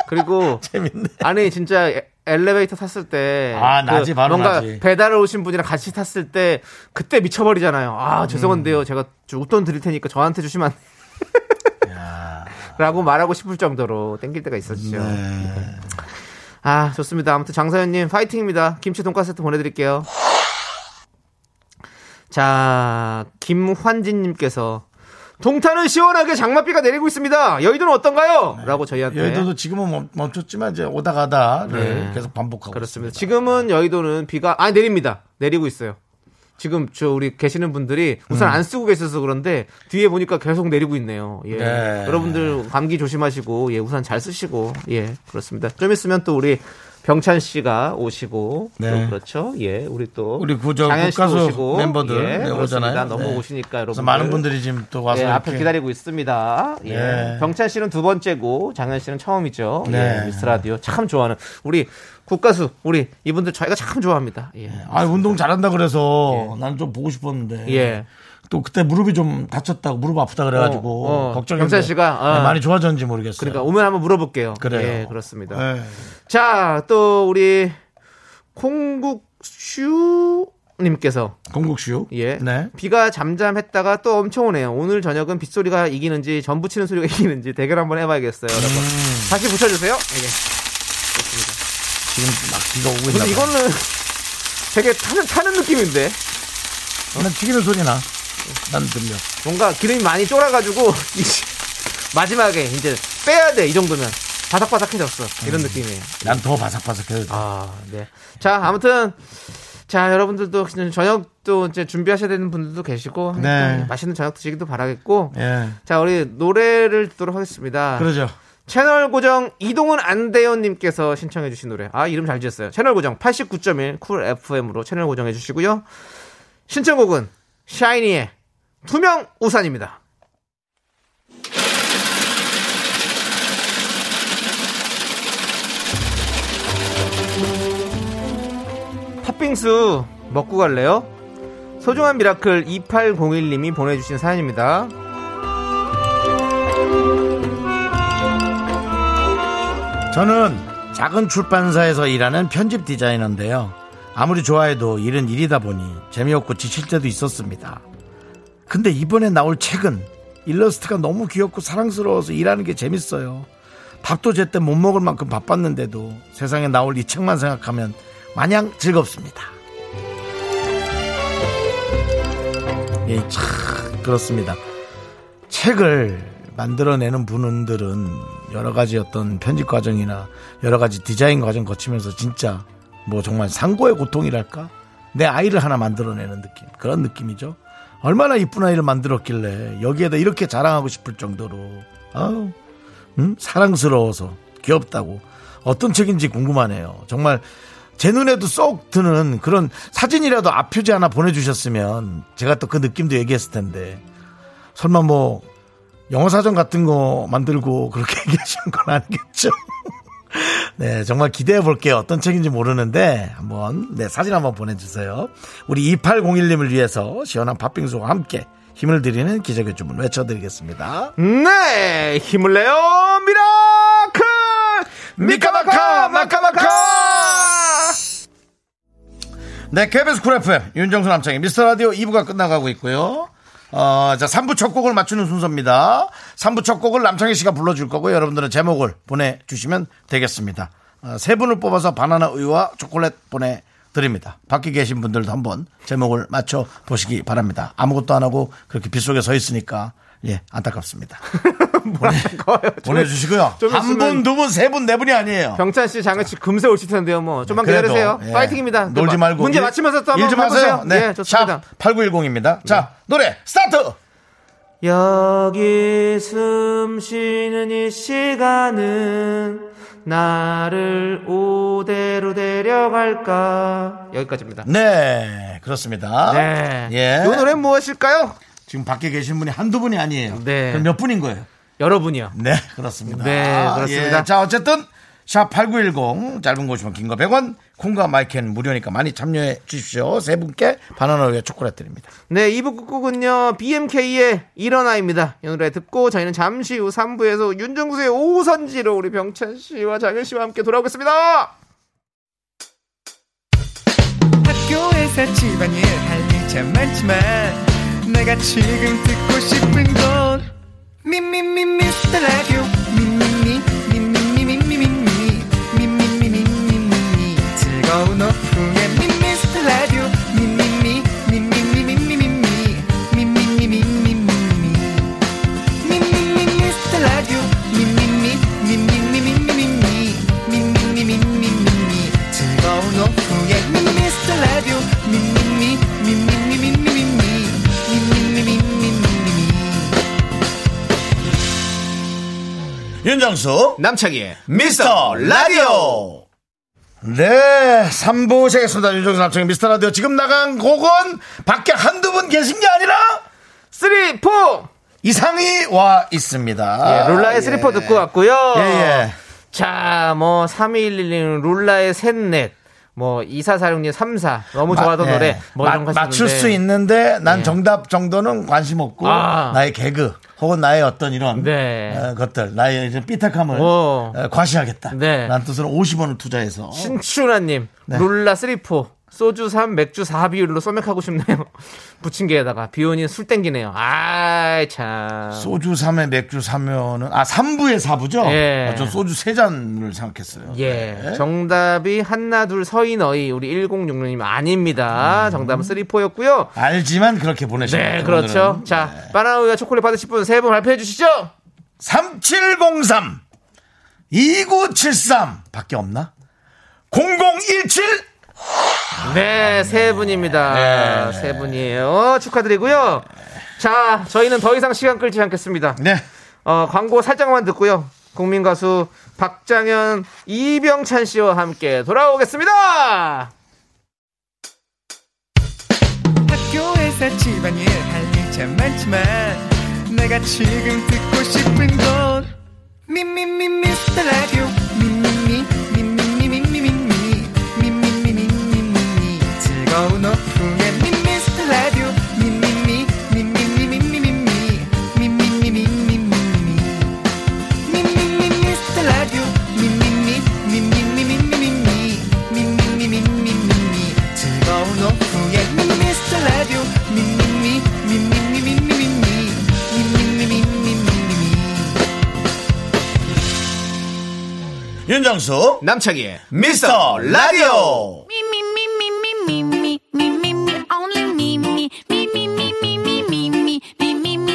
그리고
재밌네.
아니 진짜 에- 엘리베이터 탔을 때그
아, 나지, 바로
뭔가
나지.
배달 오신 분이랑 같이 탔을 때 그때 미쳐버리잖아요.
음.
아 죄송한데요, 제가 좀 웃돈 드릴 테니까 저한테 주시면 안 *laughs* 라고 말하고 싶을 정도로 땡길 때가 있었죠.
네.
아 좋습니다. 아무튼 장사연님 파이팅입니다. 김치 돈가스 세트 보내드릴게요. 자 김환진님께서 동탄은 시원하게 장맛비가 내리고 있습니다. 여의도는 어떤가요? 라고 저희한테
네. 여의도도 지금은 멈- 멈췄지만 이제 오다 가다를 네.
네.
계속 반복하고.
그렇습니다. 지금은 여의도는 비가 아 내립니다. 내리고 있어요. 지금 저 우리 계시는 분들이 우산
음.
안 쓰고 계셔서 그런데 뒤에 보니까 계속 내리고 있네요. 예.
네.
여러분들 감기 조심하시고 예, 우산 잘 쓰시고 예, 그렇습니다. 좀 있으면 또 우리 병찬 씨가 오시고
네.
또 그렇죠. 예. 우리 또
우리 그저
장현 씨도
국가수
오시고.
멤버들 네,
예, 그렇습니다.
오잖아요.
너무
네.
오시니까
그래서
여러분
많은 분들이 지금 또 와서
예,
이렇게
앞에 기다리고 있습니다. 예.
네.
병찬 씨는 두 번째고 장현 씨는 처음이죠.
네.
예, 미스 라디오 참 좋아하는 우리 국가수 우리 이분들 저희가 참 좋아합니다. 예.
아 운동 잘한다 그래서 나는 좀 보고 싶었는데
예.
또 그때 무릎이 좀 다쳤다고 무릎 아프다 그래가지고
어, 어.
걱정했는데
경찰 씨가, 어.
네, 많이 좋아졌는지 모르겠어요.
그러니까 오면 한번 물어볼게요.
그래요.
예, 그렇습니다.
네.
자, 또 우리 콩국슈 님께서
건국쇼.
예.
네.
비가 잠잠했다가 또 엄청 오네요. 오늘 저녁은 빗소리가 이기는지 전부 치는 소리가 *laughs* 이기는지 대결 한번 해봐야겠어요. 라고.
음.
다시 붙여주세요. 예.
네, 지금 막 비가 오고 있나.
근데
이건
이거는 되게 타는, 타는 느낌인데
난 튀기는 소리 나. 난 들려.
*laughs* 뭔가 기름이 많이 쫄아가지고 이- 마지막에 이제 빼야 돼 이 정도면 바삭바삭해졌어.
음.
이런 느낌이에요.
난 더 바삭바삭해서
아, 네. 자, 아무튼 자, 여러분들도 이제 저녁도 이제 준비하셔야 되는 분들도 계시고
네.
하여튼 맛있는 저녁 드시기도 바라겠고.
예.
자, 우리 노래를 듣도록 하겠습니다.
그러죠.
채널 고정 이동은 안대현님께서 신청해주신 노래. 아 이름 잘 지었어요. 채널 고정 89.1 쿨 FM으로 채널 고정해주시고요. 신청곡은 샤이니의 투명 우산입니다. 팥빙수 먹고 갈래요? 소중한 미라클 2801님이 보내주신 사연입니다.
저는 작은 출판사에서 일하는 편집 디자이너인데요. 아무리 좋아해도 일은 일이다 보니 재미없고 지칠 때도 있었습니다. 근데 이번에 나올 책은 일러스트가 너무 귀엽고 사랑스러워서 일하는 게 재밌어요. 밥도 제때 못 먹을 만큼 바빴는데도 세상에 나올 이 책만 생각하면 마냥 즐겁습니다. 예, 참 그렇습니다. 책을 만들어내는 분들은 여러 가지 어떤 편집 과정이나 여러 가지 디자인 과정 거치면서 진짜 뭐 정말 상고의 고통이랄까? 내 아이를 하나 만들어내는 느낌. 그런 느낌이죠. 얼마나 이쁜 아이를 만들었길래 여기에다 이렇게 자랑하고 싶을 정도로 아우, 음? 사랑스러워서 귀엽다고 어떤 책인지 궁금하네요. 정말 제 눈에도 쏙 드는 그런 사진이라도 앞표지 하나 보내주셨으면 제가 또 그 느낌도 얘기했을 텐데 설마 뭐 영어 사전 같은 거 만들고 그렇게 *laughs* 얘기하시는 건 아니겠죠? *laughs* 네, 정말 기대해 볼게요. 어떤 책인지 모르는데 한번 네, 사진 한번 보내 주세요. 우리 2801님을 위해서 시원한 팥빙수와 함께 힘을 드리는 기적의 주문 외쳐 드리겠습니다.
네 힘을 내요 미라클 미카마카 마카마카
네, KBS 쿨 FM 윤정수 남창의 미스터 라디오 2부가 끝나가고 있고요. 어, 자, 3부 첫 곡을 맞추는 순서입니다. 3부 첫 곡을 남창희 씨가 불러줄 거고요. 여러분들은 제목을 보내주시면 되겠습니다. 어, 세 분을 뽑아서 바나나 우유와 초콜릿 보내드립니다. 밖에 계신 분들도 한번 제목을 맞춰보시기 바랍니다. 아무것도 안 하고 그렇게 빗속에 서 있으니까, 예, 안타깝습니다. 네. 보내, 주시고요
*laughs* 좀
한
있으면-
분, 두 분, 세 분, 네 분이 아니에요.
병찬 씨, 장은 씨 금세 오실 텐데요. 뭐 좀만
그래도,
기다리세요.
예.
파이팅입니다. 좀
놀지
마-
말고
문제
일-
맞히면서 또 한번
일좀 하세요.
해보세요.
네,
예, 좋습니다. 네.
샵 8910입니다. 자, 노래 스타트.
여기 숨 쉬는 이 시간은 나를 오대로 데려갈까 여기까지입니다.
네, 그렇습니다.
네.
예.
이 노래 무엇일까요?
지금 밖에 계신 분이 한두 분이 아니에요.
네.
그럼 몇 분인 거예요?
여러분이요.
네, 그렇습니다.
네, 그렇습니다.
예, 자, 어쨌든 샵 8910 짧은 곳이면 긴거 100원, 콩과 마이크는 무료니까 많이 참여해 주십시오. 세 분께 바나나 우유 초콜릿 드립니다.
네, 2부 끝곡은요, BMK의 일어나입니다. 이 노래 듣고 저희는 잠시 후 3부에서 윤정수의 오선지로 우리 병찬 씨와 장현 씨와 함께 돌아오겠습니다.
학교에서 집안일 할 일 참 많지만 내가 지금 듣고 싶은 건 미미미 미스터 라디오 미미미 미미미 미미미 미미미 미미미 미미미 즐거운 오후에 미스터 라디오 미미미 미미미 미미미 미미미 미미미 미미미
윤정수
남창희의
미스터 라디오. 네, 3부 시작했습니다. 윤정수 남창의 미스터 라디오. 지금 나간 곡은 밖에 한두 분 계신 게 아니라
3, 4!
이상이 와 있습니다.
예, 룰라의
예.
스 3포 듣고 왔고요.
예, 예.
자, 뭐, 3211님, 룰라의 셋넷. 뭐, 2446님, 34. 너무 좋아하던
마-
노래.
예.
뭐,
마-
이런 거
맞출
했었는데.
수 있는데 난
예.
정답 정도는 관심 없고
아.
나의 개그 혹은 나의 어떤 이런
네.
어, 것들 나의 이제 삐딱함을
오.
어, 과시하겠다.
네.
난 뜻으로 50원을 투자해서
신춘하님,
네.
룰라 3포. 소주 3, 맥주 4 비율로 소맥하고 싶네요. *laughs* 부침개에다가 비 오니 술 땡기네요. 아이, 참.
소주 3에 맥주 3면은 아 3부에 4부죠?
예.
아, 저 소주 3잔을 생각했어요.
예.
네.
정답이 하나, 둘, 서인, 어이. 우리 1066님 아닙니다. 정답은 3포였고요.
알지만 그렇게 보내셨죠.
음. 네, 그렇죠. 자, 바나우유와 초콜릿 받으실 분 세 분 발표해 주시죠.
3703 2973 밖에 없나? 0017
네, 세 분입니다.
네.
세 분이에요. 축하드리고요. 자, 저희는 더 이상 시간 끌지 않겠습니다.
네.
어, 광고 살짝만 듣고요. 국민 가수 박장현, 이병찬 씨와 함께 돌아오겠습니다.
학교에서 집안일 할 일 참 많지만 내가 지금 듣고 싶은 건 미미미 미스터 라디오 미미미 미미미미미미 미미미미미미 즐거운 오후에 미스터 라디오 미미미 미미미미미미 미미미미미미 미미미 미스터 라디오 미미미 미미미미미미 미미미미미미 즐거운 오후에 미스터 라디오 미미미 미미미미미미 미미미미미미
윤정수
남창희의
미스터 라디오
Me, me, me, me, me, me, me, me, me, only me, me, me, me, me, me, me, me, me, me, me, me,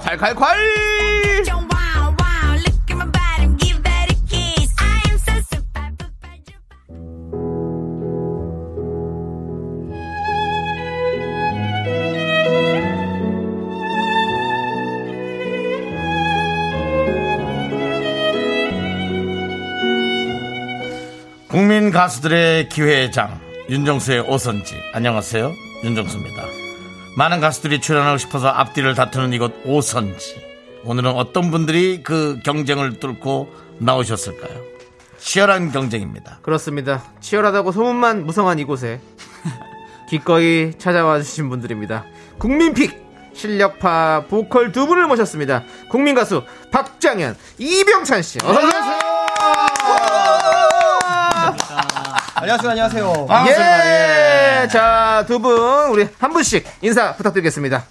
콸콸콸!
Don't wow, wow, look at my body, give that a kiss. I am so super, super, super.
국민 가수들의 기회장 윤정수의 오선지 안녕하세요 윤정수입니다 많은 가수들이 출연하고 싶어서 앞뒤를 다투는 이곳 오선지 오늘은 어떤 분들이 그 경쟁을 뚫고 나오셨을까요 치열한 경쟁입니다
그렇습니다. 치열하다고 소문만 무성한 이곳에 기꺼이 찾아와 주신 분들입니다. 국민픽 실력파 보컬 두 분을 모셨습니다. 국민 가수 박장현, 이병찬 씨. 어서 오세요.
안녕하세요, 안녕하세요.
예. 자, 두 분 우리 한 분씩 인사 부탁드리겠습니다.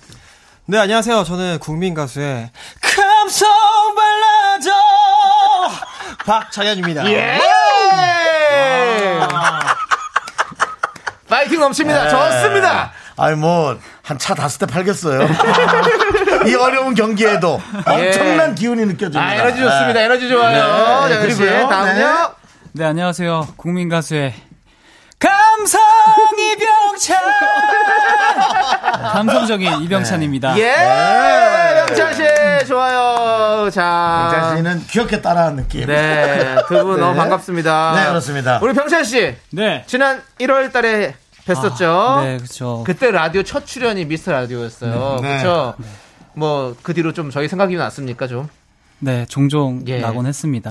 네, 안녕하세요. 저는 국민 가수의 감성 발라드 박창현입니다.
예. 파이팅
네.
넘칩니다. 좋습니다.
아니 뭐 한 차 다섯 대 팔겠어요 *laughs* 이 어려운 경기에도 엄청난 기운이 느껴집니다
예. 아, 에너지 좋습니다. 에너지 좋아요.
네.
장현 씨,
그리고요.
다음요.
네, 안녕하세요. 국민 가수의 감성 이병찬! 감성적인
네.
네.
이병찬입니다.
예, 영찬 씨 좋아요. 자,
네. 씨는 귀엽게 따라하는 느낌
네, 두 분 너무
네.
반갑습니다.
네, 그렇습니다.
우리 병찬 씨
네.
지난 1월달에 뵀었죠.
아, 네, 그렇죠.
그때 라디오 첫 출연이 미스터 라디오였어요.
네.
그렇죠. 뭐 그 뒤로 좀 저희 생각이 났습니까 좀?
네, 종종
예.
나곤 했습니다.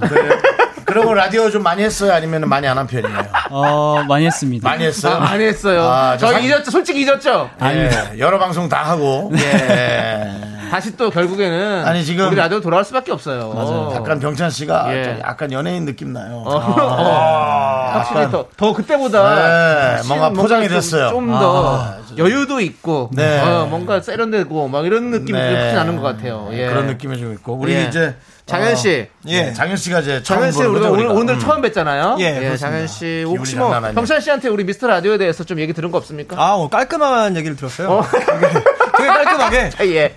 그러고 라디오 좀 많이 했어요 아니면 많이 안 한 편이에요
어, 많이 했습니다.
많이 했어요
아, 많이 했어요.
아, 저
저희
상-
잊었죠. 솔직히 잊었죠.
예, 여러 방송 다 하고 예.
다시 또 결국에는
아니, 지금-
우리 라디오 돌아올 수밖에 없어요.
약간 병찬 씨가
예.
좀 약간 연예인 느낌 나요. 아.
어, 어. 확실히
약간.
더, 더 그때보다
네,
확실히
뭔가 포장이
좀-
됐어요.
좀 더 여유도 있고
네.
어, 뭔가 세련되고 막 이런 느낌이
네.
그렇진 않은 것 같아요. 예.
그런 느낌이 좀 있고 우리
예.
이제
장현 씨,
예, 장현 씨가 이제 처음
장현 씨
보는
우리가
거죠,
오늘,
우리가.
오늘
음.
처음 뵀잖아요.
예, 그렇습니다.
장현 씨
기분이
혹시
장난
뭐
아니에요.
병찬 씨한테 우리 미스터 라디오에 대해서 좀 얘기 들은 거 없습니까?
아, 오늘 깔끔한 얘기를 들었어요.
어.
되게, 되게 깔끔하게.
아, 예.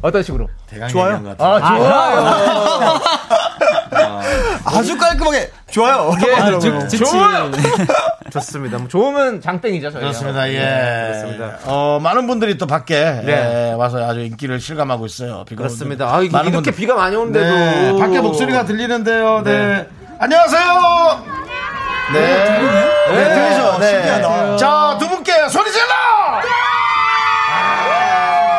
어떤 식으로?
대강
좋아요.
얘기한 것 같아요.
아주 깔끔하게. 좋아요.
예.
즉, 즉치.
좋아요. 좋습니다. 뭐 좋으면 장땡이죠, 저희.
그렇습니다. 예.
그렇습니다.
어, 많은 분들이 또 밖에
네.
예, 와서 아주 인기를 실감하고 있어요. 비가
그렇습니다.
오는데.
아, 이렇게
많은 분들-
비가 많이 오는데도
네, 밖에 목소리가 들리는데요. 네. 안녕하세요. 네. 네, 들리죠? 네. 자, 두 분께 소리 질러!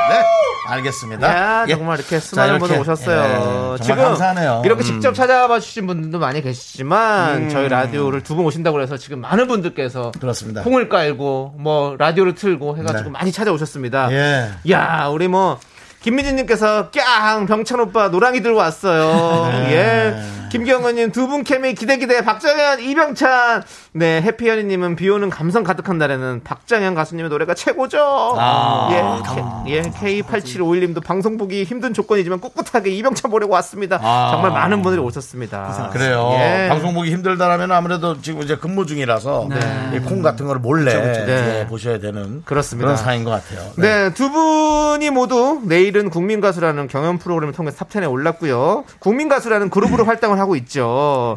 네. 알겠습니다.
야,
예.
정말 이렇게
자,
수많은
이렇게.
분들 오셨어요.
예, 정말 감사하네요. 음.
이렇게 직접 찾아와 주신 분들도 많이 계시지만 저희 라디오를 두 분 오신다고 해서 지금 많은 분들께서
그렇습니다.
콩을 깔고 뭐 라디오를 틀고 해가지고
네.
많이 찾아오셨습니다.
예.
야, 우리 뭐 김민진님께서 깍 병찬 오빠 노랑이 들고 왔어요.
네.
예. 김경은님 두 분 케미 기대 기대 박정현 이병찬 네 해피현이님은 비오는 감성 가득한 날에는 박정현 가수님의 노래가 최고죠.
아,
예, K, 예 K8751님도 방송 보기 힘든 조건이지만 꿋꿋하게 이병찬 보려고 왔습니다.
아.
정말 많은 분들이 오셨습니다.
그래요.
예.
방송 보기 힘들다라면 아무래도 지금 이제 근무 중이라서 이콩 같은 걸 몰래
네.
이제 보셔야 되는
그렇습니다.
런 사인 것 같아요.
네, 두 분이 모두 내일은 국민가수라는 경연 프로그램을 통해 탑10에 올랐고요. 국민가수라는 그룹으로
*laughs*
활동을 하고
네.
있죠.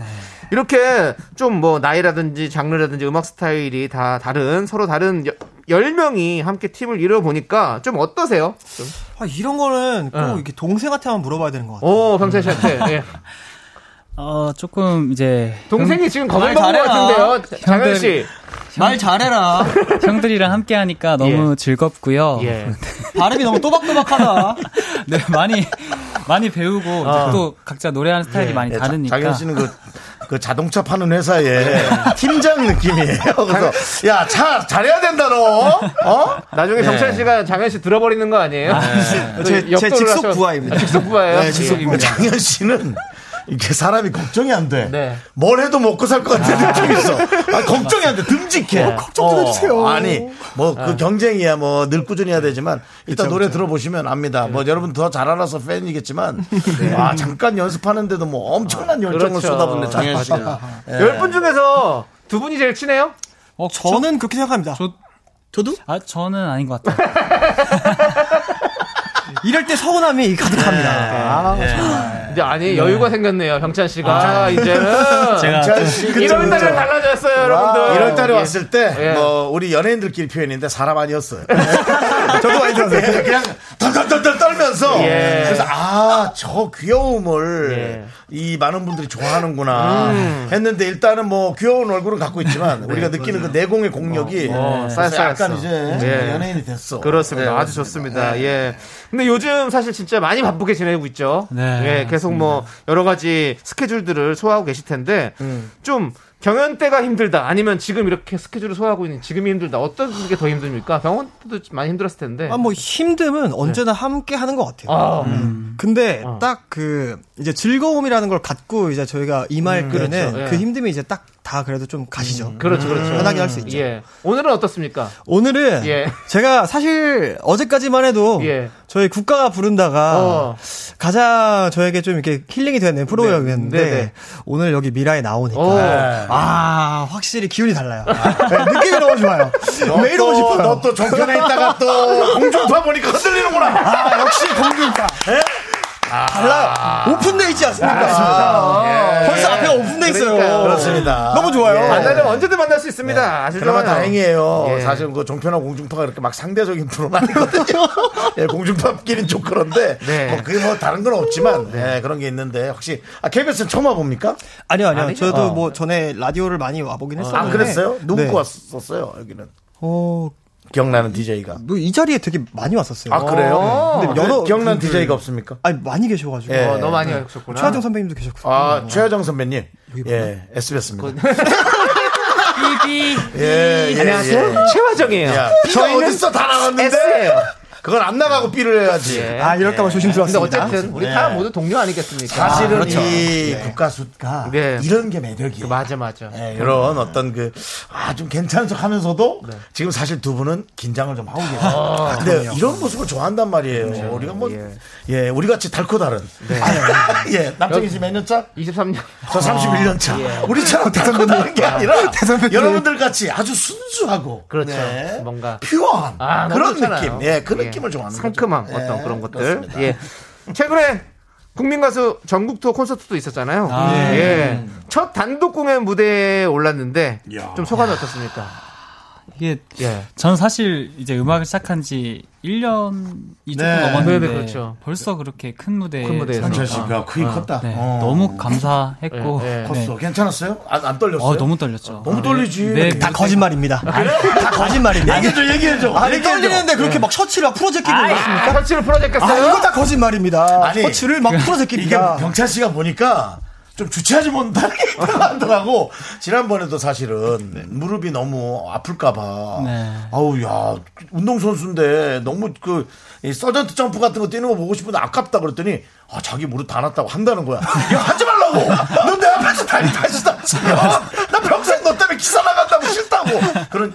이렇게 좀 뭐 나이라든지 장르라든지 음악 스타일이 다 다른 서로 다른 여- 열명이 함께 팀을 이뤄 보니까 좀 어떠세요? 좀.
아, 이런 거는
어.
꼭 이렇게 동생한테만 물어봐야 되는 것 같아요.
오, 병찬 씨한테.
*laughs*
예.
어, 조금 이제 아,
동생이 지금 겁을
말
먹은 것
잘해라.
같은데요. 장현 씨. *laughs*
말 잘해라.
형들이랑 함께 하니까 아, 너무 즐겁고요. *laughs*
예.
발음이 너무 또박또박하다. 아.
네, 많이 많이 배우고 또 각자 노래하는 스타일이 많이
예, 자-
다르니까.
장현 씨는 그, 그 자동차 파는
네.
회사의 팀장 느낌이에요. 그래서 야, 차 잘해야 된다 너. 어?
나중에
네.
병찬 씨가 장현 씨 들어버리는 거 아니에요? 네.
제- 제
역도를
직속
하셔-
부하입니다.
아, 직속 부하예요.
네,
예.
지금 장현 씨는 이게 사람이 걱정이 안 돼.
네.
뭘 해도 먹고 살 것 같은 느낌이 있어. 아, 걱정이 안 돼. 듬직해. 걱정 좀 해주세요. 아니, 뭐 그 경쟁이야 뭐 늘 꾸준히 해야 되지만 일단 노래 들어보시면 압니다. 뭐 여러분 더 잘 알아서 팬이겠지만 와, 잠깐 연습하는데도 뭐 엄청난 열정을
그렇죠.
쏟아붓네 장현 씨가. 예.
열 분 중에서 두 분이 제일 친해요?
어,
저는 그렇게 생각합니다.
저, 저도? 아, 저는 아닌 것 같아요.
*laughs* 이럴 때 서운함이 가득합니다.
이제 아니 여유가 네. 생겼네요, 병찬 씨가 *laughs* 이제는
제가
장현 씨, 그쵸,
이런 달에
그쵸.
달라졌어요,
와,
여러분들.
아, 이럴 달에 왔을 때,
예.
뭐, 우리 연예인들끼리 표현인데 사람
*laughs*
아니었어요. 저도 많이 들었어요. 그냥 덜덜덜덜 떨면서.
예.
그래서, 아, 저 귀여움을
예. 음.
이 많은 분들이 좋아하는구나. 했는데 일단은 뭐, 귀여운 얼굴은 갖고 있지만, 우리가 느끼는 그 내공의 공력이.
네, 그렇죠. 어,
그래서
쌓였어,
약간
쌓였어.
네.
이제
예.
연예인이 됐어.
그렇습니다.
예,
아주 좋습니다. 예. 근데 요즘 사실 진짜 많이 바쁘게 지내고 있죠.
네,
예, 계속 뭐 여러 가지 스케줄들을 소화하고 계실 텐데
음.
좀 경연 때가 힘들다 아니면 지금 이렇게 스케줄을 소화하고 있는 지금이 힘들다 어떤 게 더 힘듭니까? 경연 때도 많이 힘들었을 텐데.
아, 뭐 힘듦은 언제나 함께 하는 것 같아요.
네. 아, 어.
근데 딱 그 이제 즐거움이라는 걸 갖고 이제 저희가 임할 때는
그렇죠.
그
예.
힘듦이 이제 딱 다 그래도 좀 가시죠.
그렇죠, 그렇죠.
편하게 할 수 있죠.
예. 오늘은 어떻습니까?
오늘은
예.
제가 사실 어제까지만 해도
예.
저희 국가가 부른다가
어.
가장 저에게 좀 이렇게 힐링이 되는 프로그램이었는데
네, 네.
오늘 여기 미라에 나오니까
오.
아 확실히 기운이 달라요. 네, 느낌이 너무 좋아요. 매일
또,
오고 싶어요.
너또 정편에 있다가 또 공중파 보니까 흔들리는구나.
아, 역시 공중파. 달라요. 오픈돼 있지 않습니까? 아, 벌써 앞에 가 오픈돼 있어요.
그러니까요.
그렇습니다.
너무 좋아요.
예.
만나면 언제든 만날 수 있습니다. 아주
네. 그나마
좋아요.
다행이에요.
예.
사실은 그 종편하고 공중파가 이렇게 막 상대적인 프로는
*laughs*
아니거든요. 예, 공중파끼리는 좀 그런데
네.
뭐 그게 뭐 다른 건 없지만 예, 그런 게 있는데 혹시 아, KBS는 처음 와봅니까?
아니요, 아니요.
아니죠.
저도 뭐 전에 라디오를 많이 와보긴
아
했었는데.
그랬어요? 누구
네.
왔었어요 여기는?
어,
기억나는 DJ가.
뭐 이 자리에 되게 많이 왔었어요.
아 그래요?
네.
근데
여러
기억나는
분들.
DJ가 없습니까?
아니, 많이 계셔가지고.
예.
어, 너무 많이 하셨구나.
최하정 선배님도 계셨고.
아
음.
최하정 선배님. 예, SBS입니다. 예, 예,
그- 안녕하세요.
예.
최화정이에요. *laughs*
야, B가
저희는
어딨어 다 나갔는데.
S예요.
그건 안 나가고 B를 해야지.
예.
아, 이럴까봐
근데
조심스럽습니다.
어쨌든 우리 다
네.
모두 동료 아니겠습니까?
사실은
아,
그렇죠. 이
아.
국가수가
예.
네.
이런 게 매력이에요.
맞아 맞아.
예, 이런 어떤 그, 아, 좀 괜찮은 척 하면서도
네.
지금 사실 두 분은 긴장을 좀 하고 계세요.
아,
아, 근데 이런 모습을 좋아한단 말이에요.
그렇죠.
우리가 뭐, 예. 우리 같이 달코 다른.
네.
아니, 예, *laughs* 남정희 씨 몇 년 차?
23년.
저 31년
아,
차.
예.
우리처럼 달코 다른 게
*laughs*
아니라 여러분들 같이 아주 순수하고.
그렇죠.
네.
뭔가
퓨어한
아, 너무
그런
좋잖아요.
느낌. 예, 그
예.
느낌을 좋아하는
상큼함
거죠.
어떤
예,
그런 것들.
그렇습니다.
예. 최근에 국민 가수 전국 투어 콘서트도 있었잖아요.
네.
예. 첫 단독 공연 무대에 올랐는데 좀 소감이 어떻습니까?
이게
예.
저는 사실 이제 음악을 시작한 지 1년이 조금
네.
넘었는데
네, 네, 그렇죠.
벌써 그렇게 큰 무대에
큰 무대에서.
서니까.
현철
아,
씨가 크게 컸다.
네,
어.
너무 감사했고
네, 네.
컸어. 괜찮았어요? 안, 안 떨렸어요? 아,
어, 너무 떨렸죠.
너무 떨리지.
네,
다 거짓말입니다. 아, 다 거짓말입니다.
얘기해줘, 얘기해줘.
아니,
얘기해줘.
떨리는데 그렇게 막 셔츠를 막 풀어제 끼고 있습니다.
아, 설치를 풀어제겠어요
아, 이거 다 거짓말입니다.
아니,
셔츠를 막 풀어제 끼니
이게
다
병찬 씨가 보니까 좀 주체하지 못하는 게 *laughs* 하더라고. 지난번에도 사실은
네.
무릎이 너무 아플까봐.
네.
아우, 야, 운동선수인데 너무 그, 이 서전트 점프 같은 거 뛰는 거 보고 싶은데 아깝다 그랬더니, 아, 자기 무릎 다 났다고 한다는 거야. 야, 하지 말라고! 넌 내 앞에서 다리 다시 다치나 평생 너 때문에 기사 나간다고 싫다고! 그런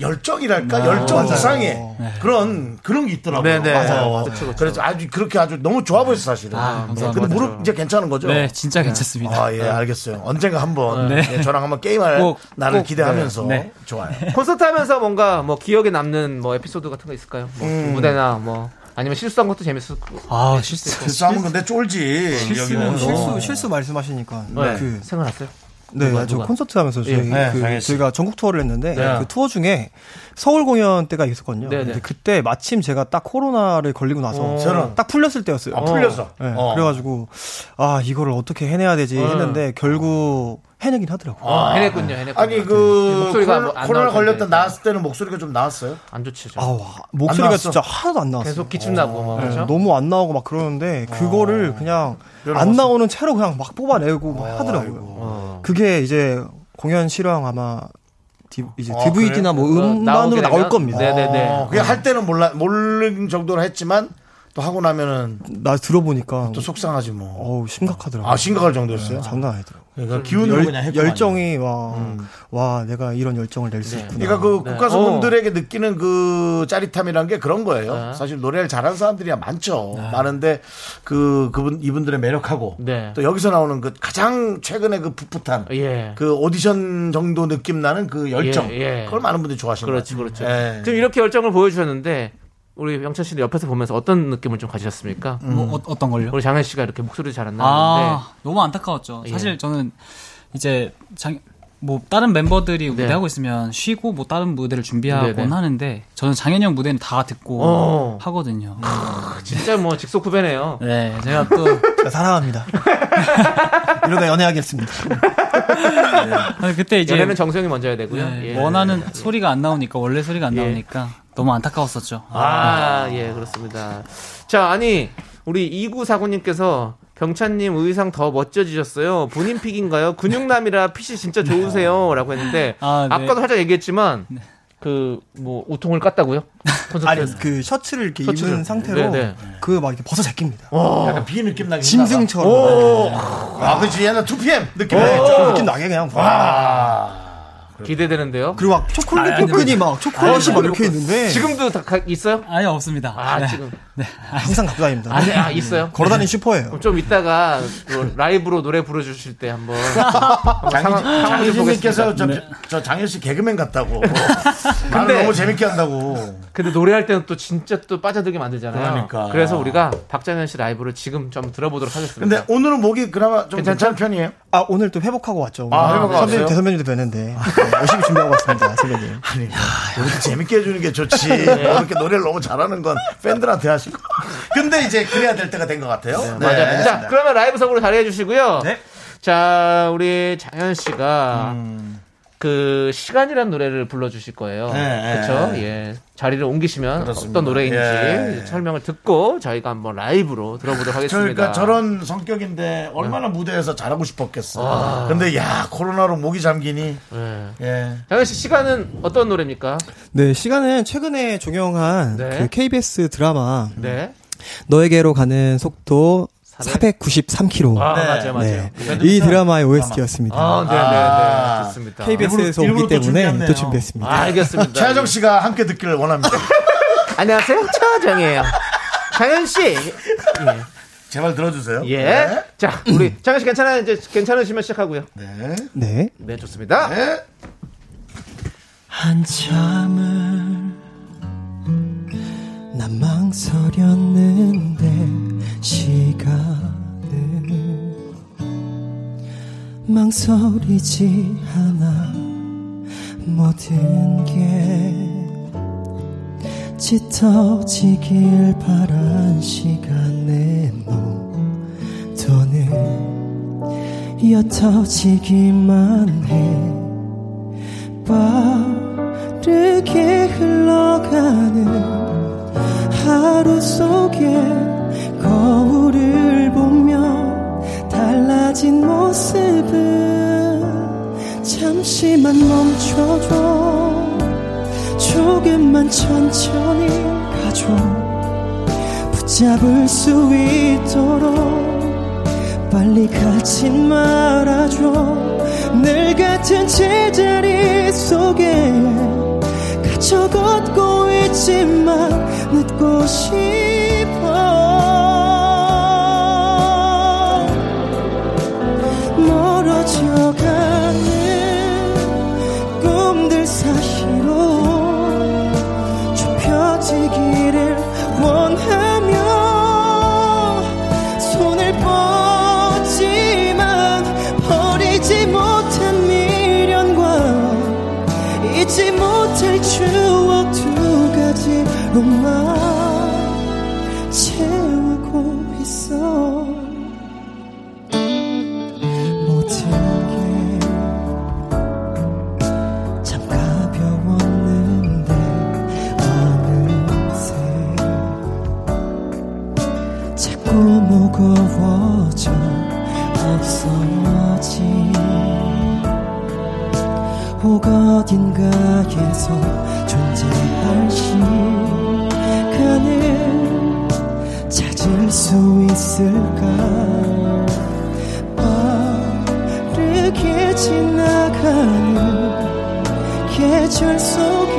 열정이랄까?
아,
열정 이상의
네.
그런, 그런 게 있더라고요.
네네.
맞아요.
맞아요. 그쵸, 그쵸.
어, 그래서 아주 그렇게 아주 너무 좋아 보였어, 사실은.
아,
네,
감사합니다.
근데 무릎 이제 괜찮은 거죠?
네, 진짜 괜찮습니다.
아, 예, 알겠어요. 언젠가 한번
네.
예, 저랑 한번 게임할
꼭,
날을
꼭,
기대하면서
네, 네.
좋아요.
콘서트 하면서 뭔가 뭐 기억에 남는 뭐 에피소드 같은 거 있을까요? 뭐 무대나 뭐 아니면 실수한 것도 재밌었고.
아, 실수.
그래서 하면 근데 쫄지. 여기는. 뭐. 어.
실수 실수 말씀하시니까 그
생각났어요?
네,
누가,
저
누가?
콘서트 하면서 저희
네,
그
장현 씨.
저희가 전국 투어를 했는데
네.
그 투어 중에 서울 공연 때가 있었거든요.
네,
근데
네.
그때 마침 제가 딱 코로나를 걸리고 나서
어. 저런.
딱 풀렸을 때였어요.
아, 풀려서.
네,
어.
그래가지고 아 이거를 어떻게 해내야 되지 했는데 결국 해내긴 하더라고. 요
아, 해냈군요, 해냈군요.
아니, 그,
목소리가
코로-
뭐안
코로나
나올 텐데.
걸렸다 나왔을 때는 목소리가 좀 나왔어요?
안 좋지. 좀.
아 와, 목소리가
나왔어?
진짜 하나도 안 나왔어요.
계속 기침 나고 뭐
네,
그렇죠?
너무 안 나오고 막 그러는데 그거를 그냥 안 나오는 채로 그냥 막 뽑아내고 막 하더라고요.
어.
그게 이제 공연 실황 아마 디, 이제
아,
DVD나 뭐
그래요?
음반으로
나오게
나올
되면?
겁니다.
네, 네, 네.
어, 그게 할 때는 몰라, 모르는 정도는 했지만 또 하고 나면은
나 들어보니까
또 속상하지 뭐.
어우 심각하더라고.
아, 심각할 정도였어요?
장난 아니더라고.
그러니까 기운을 그냥 했구만.
열정이 와, 와 내가 이런 열정을 낼 수 있구나.
그러니까 그
음. 네.
국가수분들에게 느끼는 그 짜릿함이란 게 그런 거예요.
네.
사실 노래를 잘하는 사람들이 많죠. 많은데 그 그분 이분들의 매력하고
네.
또 여기서 나오는 그 가장 최근에 그 풋풋한
예.
그 오디션 정도 느낌 나는 그 열정
예, 예.
그걸 많은 분들이 좋아하시는
그렇지,
것 같아요.
그렇죠.
예.
지금 이렇게 열정을 보여주셨는데 우리 영철 씨는 옆에서 보면서 어떤 느낌을 좀 가지셨습니까?
뭐, 어, 어떤 걸요?
우리 장현 씨가 이렇게 목소리 잘 안 나는데
아, 너무 안타까웠죠. 사실
음, 네. 예.
저는 이제 장, 뭐 다른 멤버들이
네.
무대하고 있으면 쉬고 뭐 다른 무대를 준비하곤
네, 네.
하는데 저는 장현이 형 무대는 다 듣고
어.
하거든요.
진짜 뭐 직속 후배네요.
네, 제가 또
제가 사랑합니다. 이러다 연애하겠습니다.
아니, 그때 이제
연애는 정수영이 먼저 해야 되고요.
네,
예.
원하는 소리가 안 나오니까 원래 소리가 안 나오니까 너무 안타까웠었죠.
아, 예, 그렇습니다. 자, 아니, 우리 2949님께서 병찬님 의상 더 멋져지셨어요. 본인 픽인가요? 근육남이라 핏이 진짜 좋으세요. 라고 했는데,
아,
아,
네.
까도 살짝 얘기했지만, 그, 뭐, 우통을 깠다고요?
네. 아니
콘서트에서.
그 셔츠를 이렇게
셔츠를.
입은 상태로
네,
그 막 이렇게 벗어 제낍니다.
약간 비 느낌 나게
짐승처럼.
오, 아, 그렇지. 옛날 2PM 느낌.
어?
좀 느낌 네, 나게 그냥.
기대되는데요.
그리고 아, 네. 막 초콜릿 끈끈이 막 초콜릿이 막 이렇게 있는데
지금도 다 가- 있어요?
아예 없습니다.
아,
네.
지금.
항상 갖고 다닙니다.
아니, 아, 있어요?
걸어다니는 슈퍼예요.
그럼 좀 이따가 그 라이브로 노래 부르주실 때 한번. 한번 상황- 상황 좀
장희진님께서
보겠습니다. 네.
저, 저 장현 씨 개그맨
*laughs*
같다고. 나를 너무 재밌게 한다고.
근데 노래할 때는 또 진짜 또 빠져들게 만들잖아요.
그러니까.
래서 우리가 박장현 씨 라이브를 지금 좀 들어보도록 하겠습니다.
근데 오늘은 목이 그나마 좀
괜찮죠?
괜찮은 편이에요.
아 오늘 또 회복하고 왔죠.
아,
오늘
회복하고
선배님
왔어요?
대선배님도 뵀는데 네, 열심히 준비하고 왔습니다. 선배님.
여기서 재밌게 해주는 게
*laughs*
좋지.
네.
이렇게 노래를 너무 잘하는 건 팬들한테 하시고. 근데 이제 그래야 될 때가 된 것 같아요. 네.
맞아요. 자, 그러면 라이브석으로 자리해 주시고요.
네.
자, 우리 장현 씨가 그 시간이란 노래를 불러 주실 거예요.
음. 네,
그렇죠?
네.
예. 자리를 옮기시면
그렇습니다.
어떤 노래인지
예.
설명을 듣고 저희가 한번 라이브로 들어보도록
저, 그러니까
하겠습니다.
저런 성격인데 얼마나 무대에서 잘하고
아.
싶었겠어. 근데 야 코로나로 목이 잠기니.
예.
예.
장현 씨 시간은 어떤 노래입니까?
네 시간은 최근에 종영한
네.
그 KBS 드라마
네.
너에게로 가는 속도
400?
493km.
아,
네.
맞아요. 맞아요.
네. 이 드라마의 OST였습니다.
아, 네, 네,
아.
네. 좋습니다.
KBS에서
일부러- 일부러
오기
또
때문에
준비했네요.
또 준비했습니다.
아, 알겠습니다.
최하정 씨가 함께 듣기를 원합니다.
안녕하세요. 차정이에요. 장현 씨.
*laughs* 제발 들어주세요.
예.
네.
자, 우리 장현 씨 괜찮아요. 이제 괜찮으시면 시작하고요.
네.
네.
네, 좋습니다.
네.
한참을 난 망설였는데 시간을 망설이지 않아 모든 게 짙어지길 바란 시간 내몸 더는 옅어지기만 해 빠르게 흘러가는 하루 속에 거울을 보며 달라진
진 모습은 잠시만 멈춰줘 조금만 천천히 가줘 붙잡을 수 있도록 빨리 가지 말아줘 늘 같은 제자리 속에 갇혀 걷고 있지만 늦고 싶어 멀어져가는 꿈들 사이로 좁혀지기를 원하며 손을 뻗지만 버리지 못한 미련과 잊지 못할 추억 두 가지로만 채우고 있어 모든 게 참 가벼웠는데 어느새 자꾸 무거워져 없어진 혹 어딘가에서 존재할 시간을 찾을 수 있을까 빠르게 지나가는 계절 속에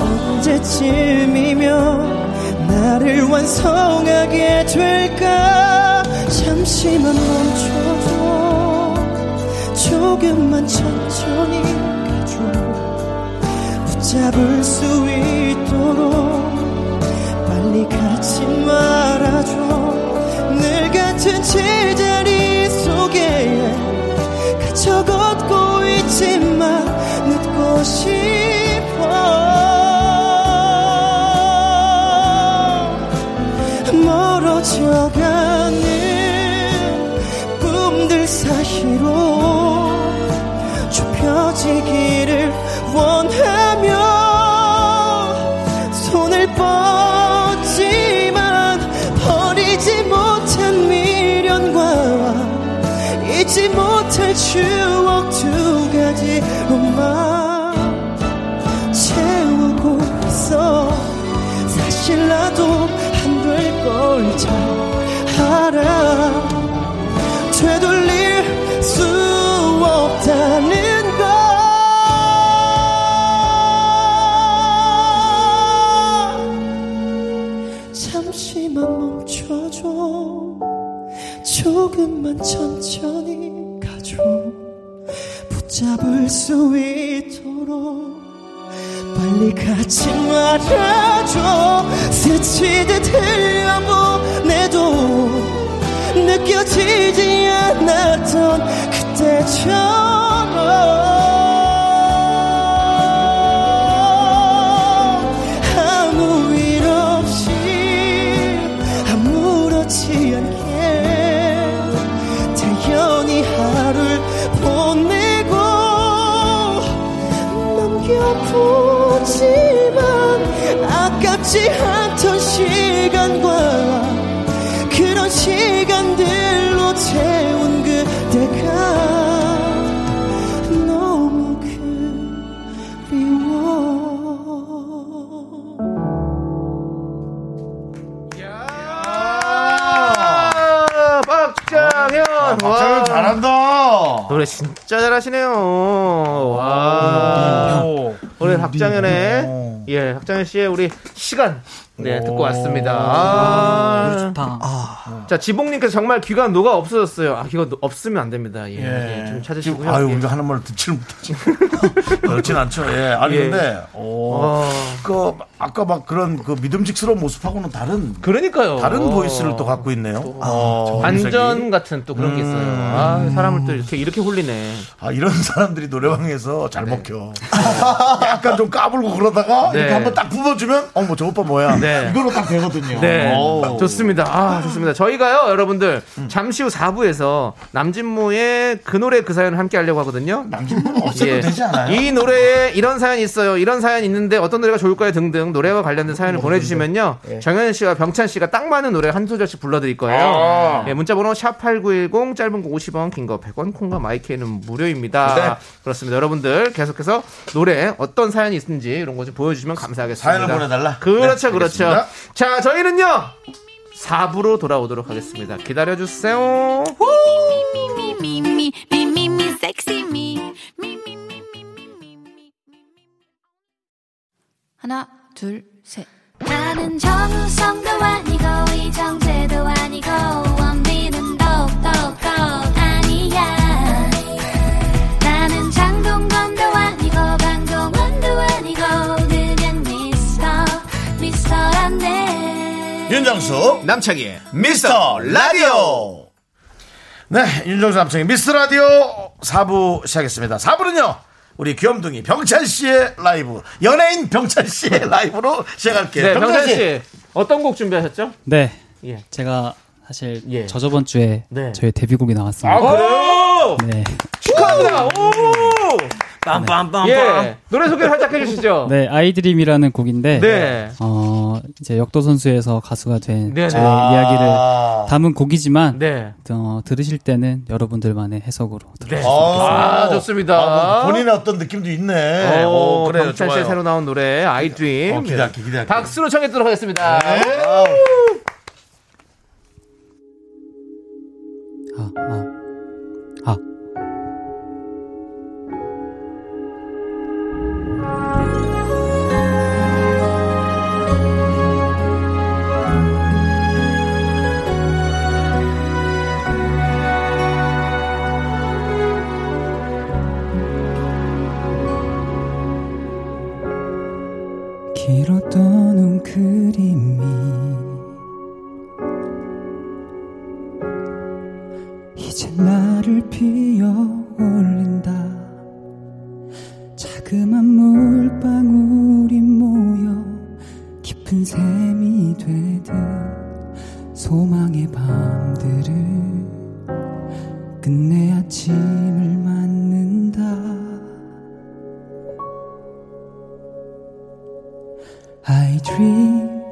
언제쯤이면 나를 완성하게 될까 잠시만 멈춰줘 조금만 천천히 가줘 붙잡을 수 있도록 빨리 가지 말아줘 늘 같은 제자리 속에 갇혀 걷고 있지만 늦고 싶어 멀어져가는 꿈들 사이로 좁혀지기를 원하며 손을 뻗지만 버리지 못한 미련과 잊지 못할 추억 두 가지로만 채우고 있어 사실 나도 안 될 걸 잘 알아 되돌릴 수 없다는 걸 잠시만 멈춰줘 조금만 천천히 가줘 붙잡을 수 있도록 빨리 같이 말아줘 스치듯 흘려보내도 느껴지지 않았던 그때처럼 아무 일 없이 아무렇지 않게 태연히 하루를 보내고 남겨보지만 아깝지 않던 시간과 그런 시간들로 채운 그대가 너무 그리워
아, 박장현.
아, 박찬현 잘한다.
노래 진짜 잘하시네요. 와.
음,
올해 박장현의 예, 박장현 씨의 우리 시간 네, 듣고 왔습니다. 아.
좋다.
자, 지봉님께서 정말 귀가 녹아 없어졌어요. 아, 귀가 노- 없으면 안 됩니다. 예, 예, 좀 찾으시고요.
아유,
예.
우리가 하는 말을 듣지를 못하지. *laughs* 그렇진 않죠. 예. 아니,
예.
근데, 오.
어,
그, 아까 막 그런 그 믿음직스러운 모습하고는 다른,
그러니까요.
다른
어. 아,
보이스를 또 갖고 있네요. 어,
반전 같은 또 그런 게 있어요. 아, 사람을 또 이렇게 이렇게 홀리네.
아, 이런 사람들이 노래방에서 잘 먹혀. 약간 좀 까불고 그러다가
네.
이렇게 한번 딱 뿜어주면, 어머, 저 오빠 뭐야.
네.
이걸로 딱 되거든요.
네.
오.
좋습니다. 아, 좋습니다. 저희가요, 여러분들, 잠시 후 4부에서 남진모의 그 노래 그 사연을 함께 하려고 하거든요.
남친분 없애도
예.
되지 않아요?
이 노래에 이런 사연이 있어요. 이런 사연이 있는데 어떤 노래가 좋을 가수일까요 등등 노래와 관련된 사연을 보내주시면요
예.
정현 씨와 병찬 씨가 딱 맞는 노래 한 소절씩 불러드릴 거예요. 예, 문자번호 샵 #8910 짧은 거 50원, 긴 거 100원, 콩과 마이크는 무료입니다. 그렇습니다. 여러분들 계속해서 노래 어떤 사연이 있는지 이런 거 좀 보여주시면 감사하겠습니다.
사연을 보내달라?
그렇죠,
네,
그렇죠.
알겠습니다.
자, 저희는요 4부로 돌아오도록 하겠습니다. 기다려주세요.
me, me, me, me, me, me, sexy me. Me, me, me, me, me, me, me, me,
하나, 둘, 셋.
me. 나는 정우성도 아니고 이정재도 아니고 원빈은 더욱더 아니야 나는 장동건도 아니고 강동원도 아니고 그냥 미스터 미스터란데
윤정수 남창희의 미스터 라디오 네 윤정수 남창희 미스터 라디오 4부 시작했습니다 4부는요 우리 귀염둥이 병찬씨의 라이브 연예인 병찬씨의 라이브로 시작할게요
네, 병찬
병찬씨
씨 어떤 곡 준비하셨죠?
네.
예.
제가 사실
예.
저 저번 주에
네.
저희 데뷔곡이 나왔습니다.
아, 그래요?
네.
축하합니다. 오!
빰빰빰빰.
예. 노래 소개를 살짝 해주시죠.
네, 아이드림이라는
*laughs*
곡인데
네.
어, 이제 역도 선수에서 가수가 된
네,
저의
네.
아.
이야기를 담은 곡이지만
네.
어, 들으실 때는 여러분들만의 해석으로 들어.
네.
아,
아, 좋습니다.
아, 뭐 본인의 어떤 느낌도 있네
오,
오, 그래요
경찬 씨의
좋아요
새로 나온 노래 아이 드림.
어, 네. 기대할게 기대할게
박수로 청해 듣도록 하겠습니다.
아우.
아, 아, 아. 길었던 눈 그림이 이젠 나를 피어올린다 자그만 물방울이 모여 깊은 샘이 되듯 소망의 밤들을 끝내 아침을 맞는다 I dream,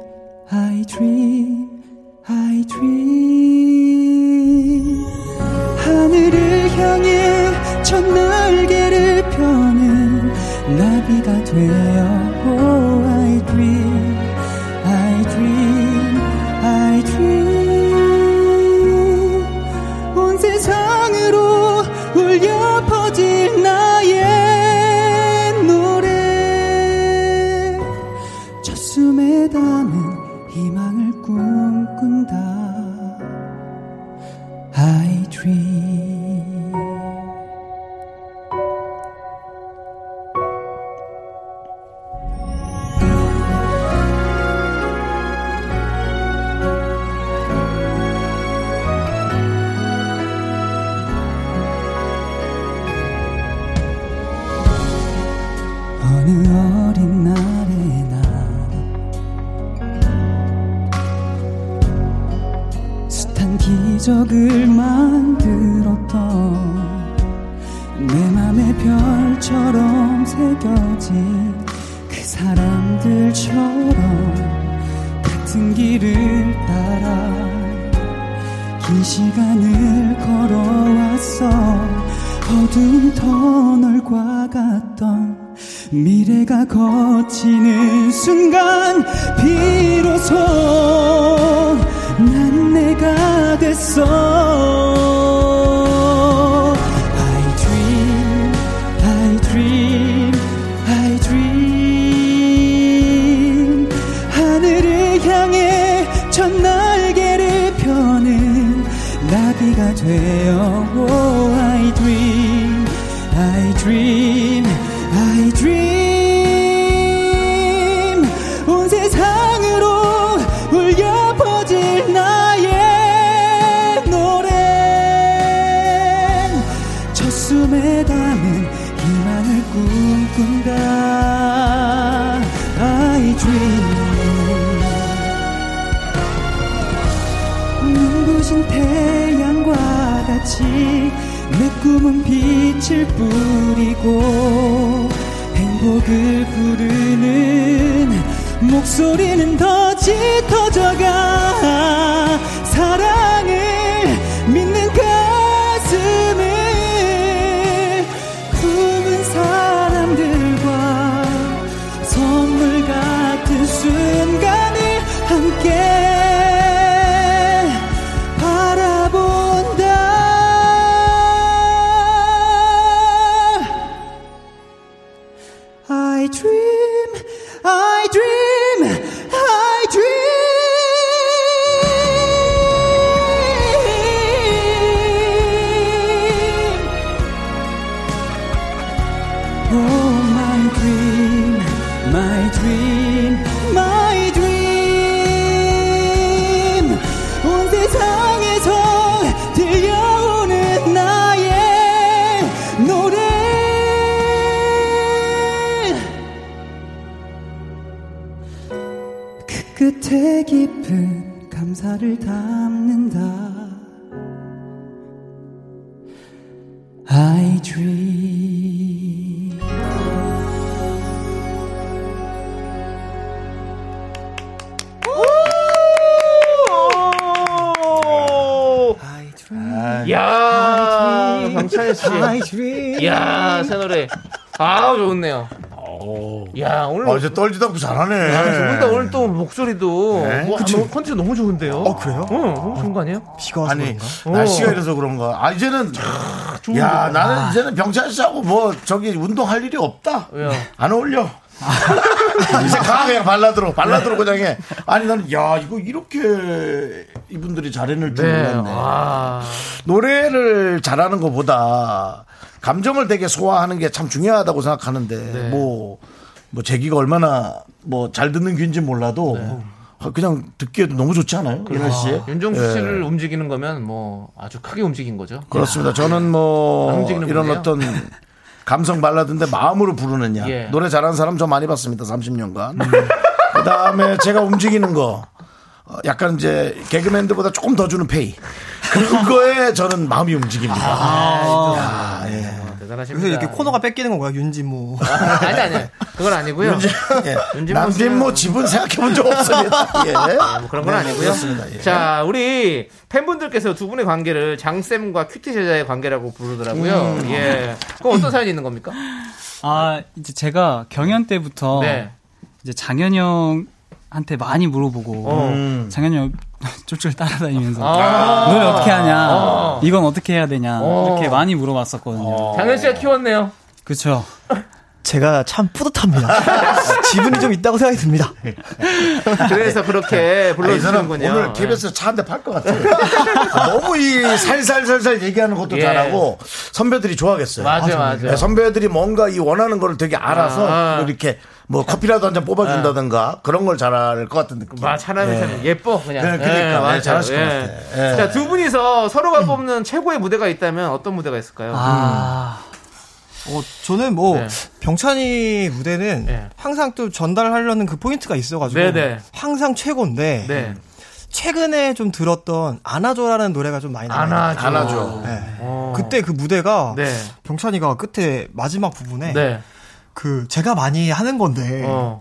I dream, I dream 하늘을 향해 첫 날개를 펴는 나비가 되어 oh, I dream I dream I dream 온 세상으로 울려 퍼질 나의 노래 첫 숨에 담은 희망을 꿈꾼다 I dream. 어느 어린 날에 난 숱한 기적을 만들었던 내 맘에 별처럼 새겨진 그 사람들처럼 같은 길을 따라 긴 시간을 걸어왔어 어두운 터널과 같던 미래가 거치는 순간 비로소 난 내가 됐어 I dream, I dream, I dream 하늘을 향해 첫 날개를 펴는 나비가 되어 oh, I dream I dream I dream 온 세상으로 울려 퍼질 나의 노래 첫 숨에 담은 희망을 꿈꾼다 I dream 눈부신 태양과 같이 내 꿈은 빛을 뿌리고 행복을 부르는 목소리는 더 짙어져가 사랑을 믿는 그 가슴을 굽은 사람들과 선물 같은 순간을 함께 바라본다 I dream, I dream, I dream. Oh, my dream, my dream, my dream. 온 세상에서 들려오는 나의 노래. 끝에 깊은 감사를 담는다. I dream.
야 강찬 아, 씨.
아,
예.
야, 아, 새 노래. 아, 좋네요. 야, 오늘
어제 아, 떨지도 않고 잘하네.
두분다 오늘 또 목소리도
네.
와, 너무 컨텐츠 너무 좋은데요. 어,
그래요?
너무 좋은 거 아니에요?
비가 와서
아니
그런가?
날씨가 이래서 그런가. 아 이제는 야 나는 이제는 병찬 씨하고 뭐 저기 운동할 일이 없다.
왜요?
안 어울려. *laughs* 이제 가 그냥 발라드로 발라드로 그냥 해. 아니 나는 야 이거 이렇게 이분들이 잘해낼 줄 몰랐네.
아,
노래를 잘하는 것보다 감정을 되게 소화하는 게 참 중요하다고 생각하는데 뭐 뭐 제기가 얼마나 뭐 잘 듣는 귀인지 몰라도 아, 그냥 듣기에도 너무 좋지 않아요? 이날 씨에
윤종수
예.
씨를 움직이는 거면 뭐 아주 크게 움직인 거죠.
그렇습니다. 저는 뭐
움직이는
이런
분이에요.
어떤 감성 발라드인데 마음으로 부르느냐
예. 음.
노래 잘하는 사람 저 많이 봤습니다. 30년간. 그 다음에 제가 움직이는 거 어, 약간 이제 개그맨들보다 조금 더 주는 페이 그런 거에 저는 마음이 움직입니다. 야, 예.
아, 대단하십니다.
요새 이렇게 코너가 뺏기는 건가요? 윤지모.
아니 아니 그건 아니고요. *laughs*
예.
윤진모
남진모
씨는-
뭐 집은 생각해 본 적 없습니다. 예.
*laughs* 뭐 그런 건 아니고요.
그렇습니다. 예.
자, 우리 팬분들께서 두 분의 관계를 장쌤과 큐티 제자의 관계라고 부르더라고요.
음.
예. 그럼 어떤 사연이 있는 겁니까?
아 이제 제가 경연
어.
때부터
네.
이제 장현영한테 많이 물어보고
어.
음.
장현영 *laughs* 쫄쫄 따라다니면서
아.
노래 어떻게 하냐,
어.
이건 어떻게 해야 되냐
어.
이렇게 많이 물어봤었거든요.
장현 씨가 키웠네요.
그렇죠.
*laughs* 제가 참 뿌듯합니다. *laughs* 지분이 좀 있다고 생각이 듭니다.
네. 그래서 그렇게
아니, 저는
불러주시는군요. 예.
오늘 KBS 차 한 대 팔 것 같아요. *laughs* 너무 이 살살살살 얘기하는 것도
예.
잘하고 선배들이 좋아하겠어요.
맞아요, 아, 맞아요.
네, 선배들이 뭔가 이 원하는 거를 되게 알아서
아, 아.
이렇게 뭐 커피라도 한 잔 뽑아준다든가 그런 걸 잘할 것 같은 느낌.
마 사람이
예.
참 예뻐 그냥.
네, 그러니까. 네, 잘하실 것 같아. 예.
자두 분이서 서로가 뽑는 최고의 무대가 있다면 어떤 무대가 있을까요?
아,
어, 저는 뭐
네.
병찬이 무대는
네.
항상 또 전달하려는 그 포인트가 있어가지고
네네.
항상 최고인데
네.
최근에 좀 들었던 안아줘라는 노래가 좀 많이 나와요.
안아줘.
안아줘.
네.
어.
그때 그 무대가
네.
병찬이가 끝에 마지막 부분에
네.
그 제가 많이 하는 건데
어.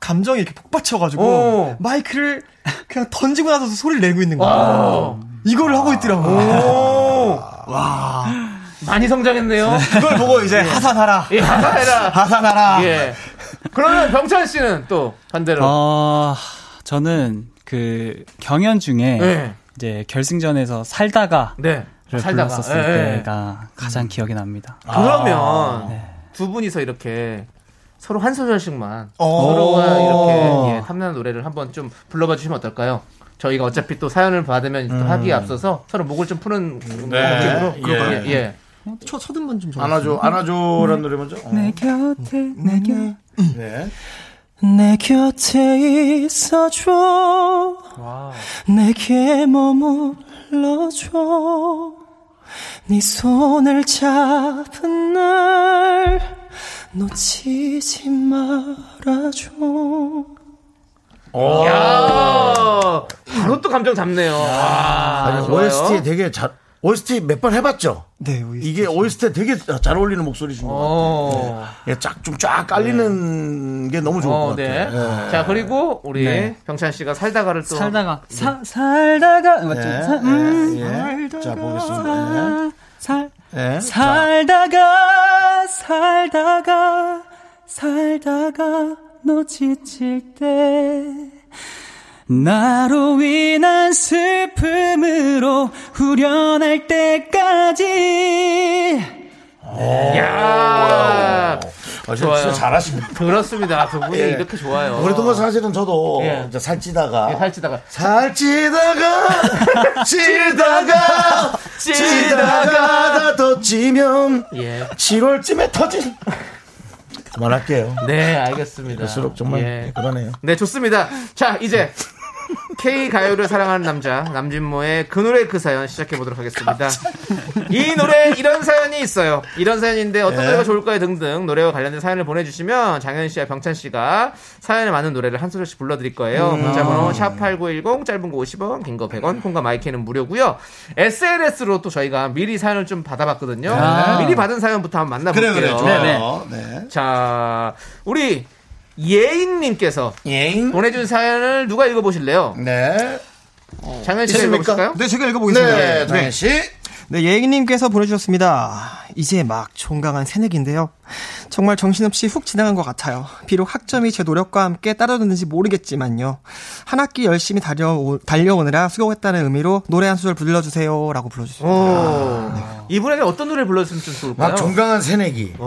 감정이 이렇게 폭받쳐가지고
오.
마이크를 그냥 던지고 나서 소리를 내고 있는 거야.
어.
이거를 하고 있더라고.
아. 오.
와.
많이 어. 성장했네요.
그걸 보고 이제 하산하라.
예, 감사해라.
하산하라.
예. 그러면 병찬 씨는 또 반대로.
어, 저는 그 경연 중에
네.
이제 결승전에서 살다가
네.
를
살다가.
불렀었을
예, 예.
때가 아. 가장 기억에 납니다.
그러면 두 분이서 이렇게 서로 한 소절씩만 서로가 이렇게 예, 탐나는 노래를 한번 좀 불러봐 주시면 어떨까요? 저희가 어차피 또 사연을 받으면 또
음.
하기에 앞서서 서로 목을 좀 푸는 느낌으로
그럴까요?
예, 예.
초, 초등반 좀 좋아.
안아줘, 안아줘라는 노래 먼저. 어.
내 곁에 내 곁.
네.
내 곁에 있어줘 내게 머물러줘 네 손을 잡은 날 놓치지 말아줘
야 바로 또 감정 잡네요. 아,
아니,
좋아요.
OST 되게 잘, OST 몇 번 해봤죠?
네, OST.
이게 OST 되게 잘 어울리는 목소리신 것
어.
같아요. 예, 쫙, 좀 쫙 깔리는 게 너무 좋을 것
어,
같아요.
네.
예. 네.
자, 그리고 우리 병찬 씨가 살다가를 또
살다가 사, 살다가 맞죠?
예,
사, 음,
예, 예.
살다가
자, 보겠습니다.
살
예. 예.
살다가 살다가 살다가 너 지칠 때 나로 인한 슬픔으로 후련할 때까지
야!
아,
좋아요.
진짜 잘하시네.
그렇습니다. 두 분이
예.
이렇게 좋아요.
그랬던 건 사실은 저도
예.
이제 살찌다가
예, 살찌다가
살찌다가 *laughs* 찌다가 찌다가 더 찌면
예.
7월쯤에 터질 그만할게요
네, 알겠습니다.
그럴수록 정말
예.
그러네요
네, 좋습니다. 자, 이제 K 가요를 사랑하는 남자 남진모의 그 노래 그 사연 시작해 보도록 하겠습니다. 이 노래 이런 사연이 있어요. 이런 사연인데 어떤
예.
노래가 좋을까요 등등 노래와 관련된 사연을 보내주시면 장현 씨와 병찬 씨가 사연에 맞는 노래를 한 소절씩 불러드릴 거예요.
음.
문자번호 샵8910 짧은 거 50원, 긴 거 100원, 콩과 마이크는 무료고요. SNS로 또 저희가 미리 사연을 좀 받아봤거든요.
아.
미리 받은 사연부터 한번 만나볼게요.
좋아요 네.
자, 우리 예인님께서
예잉
보내준 사연을 누가 읽어보실래요?
네.
장현 씨가
있습니까?
읽어보실까요?
네, 제가 읽어보겠습니다.
네, 정현 씨.
네, 예익님께서 보내주셨습니다. 이제 막 종강한 새내기인데요. 정말 정신없이 훅 지나간 것 같아요. 비록 학점이 제 노력과 함께 따라오는지 모르겠지만요. 한 학기 열심히 달려오, 달려오느라 수고했다는 의미로 노래 한 소절 불러주세요. 라고 불러주셨습니다. 어.
오. 아. 이분에게 어떤 노래 불러주면 좀 좋을까요?
막 정강한 새내기. 아,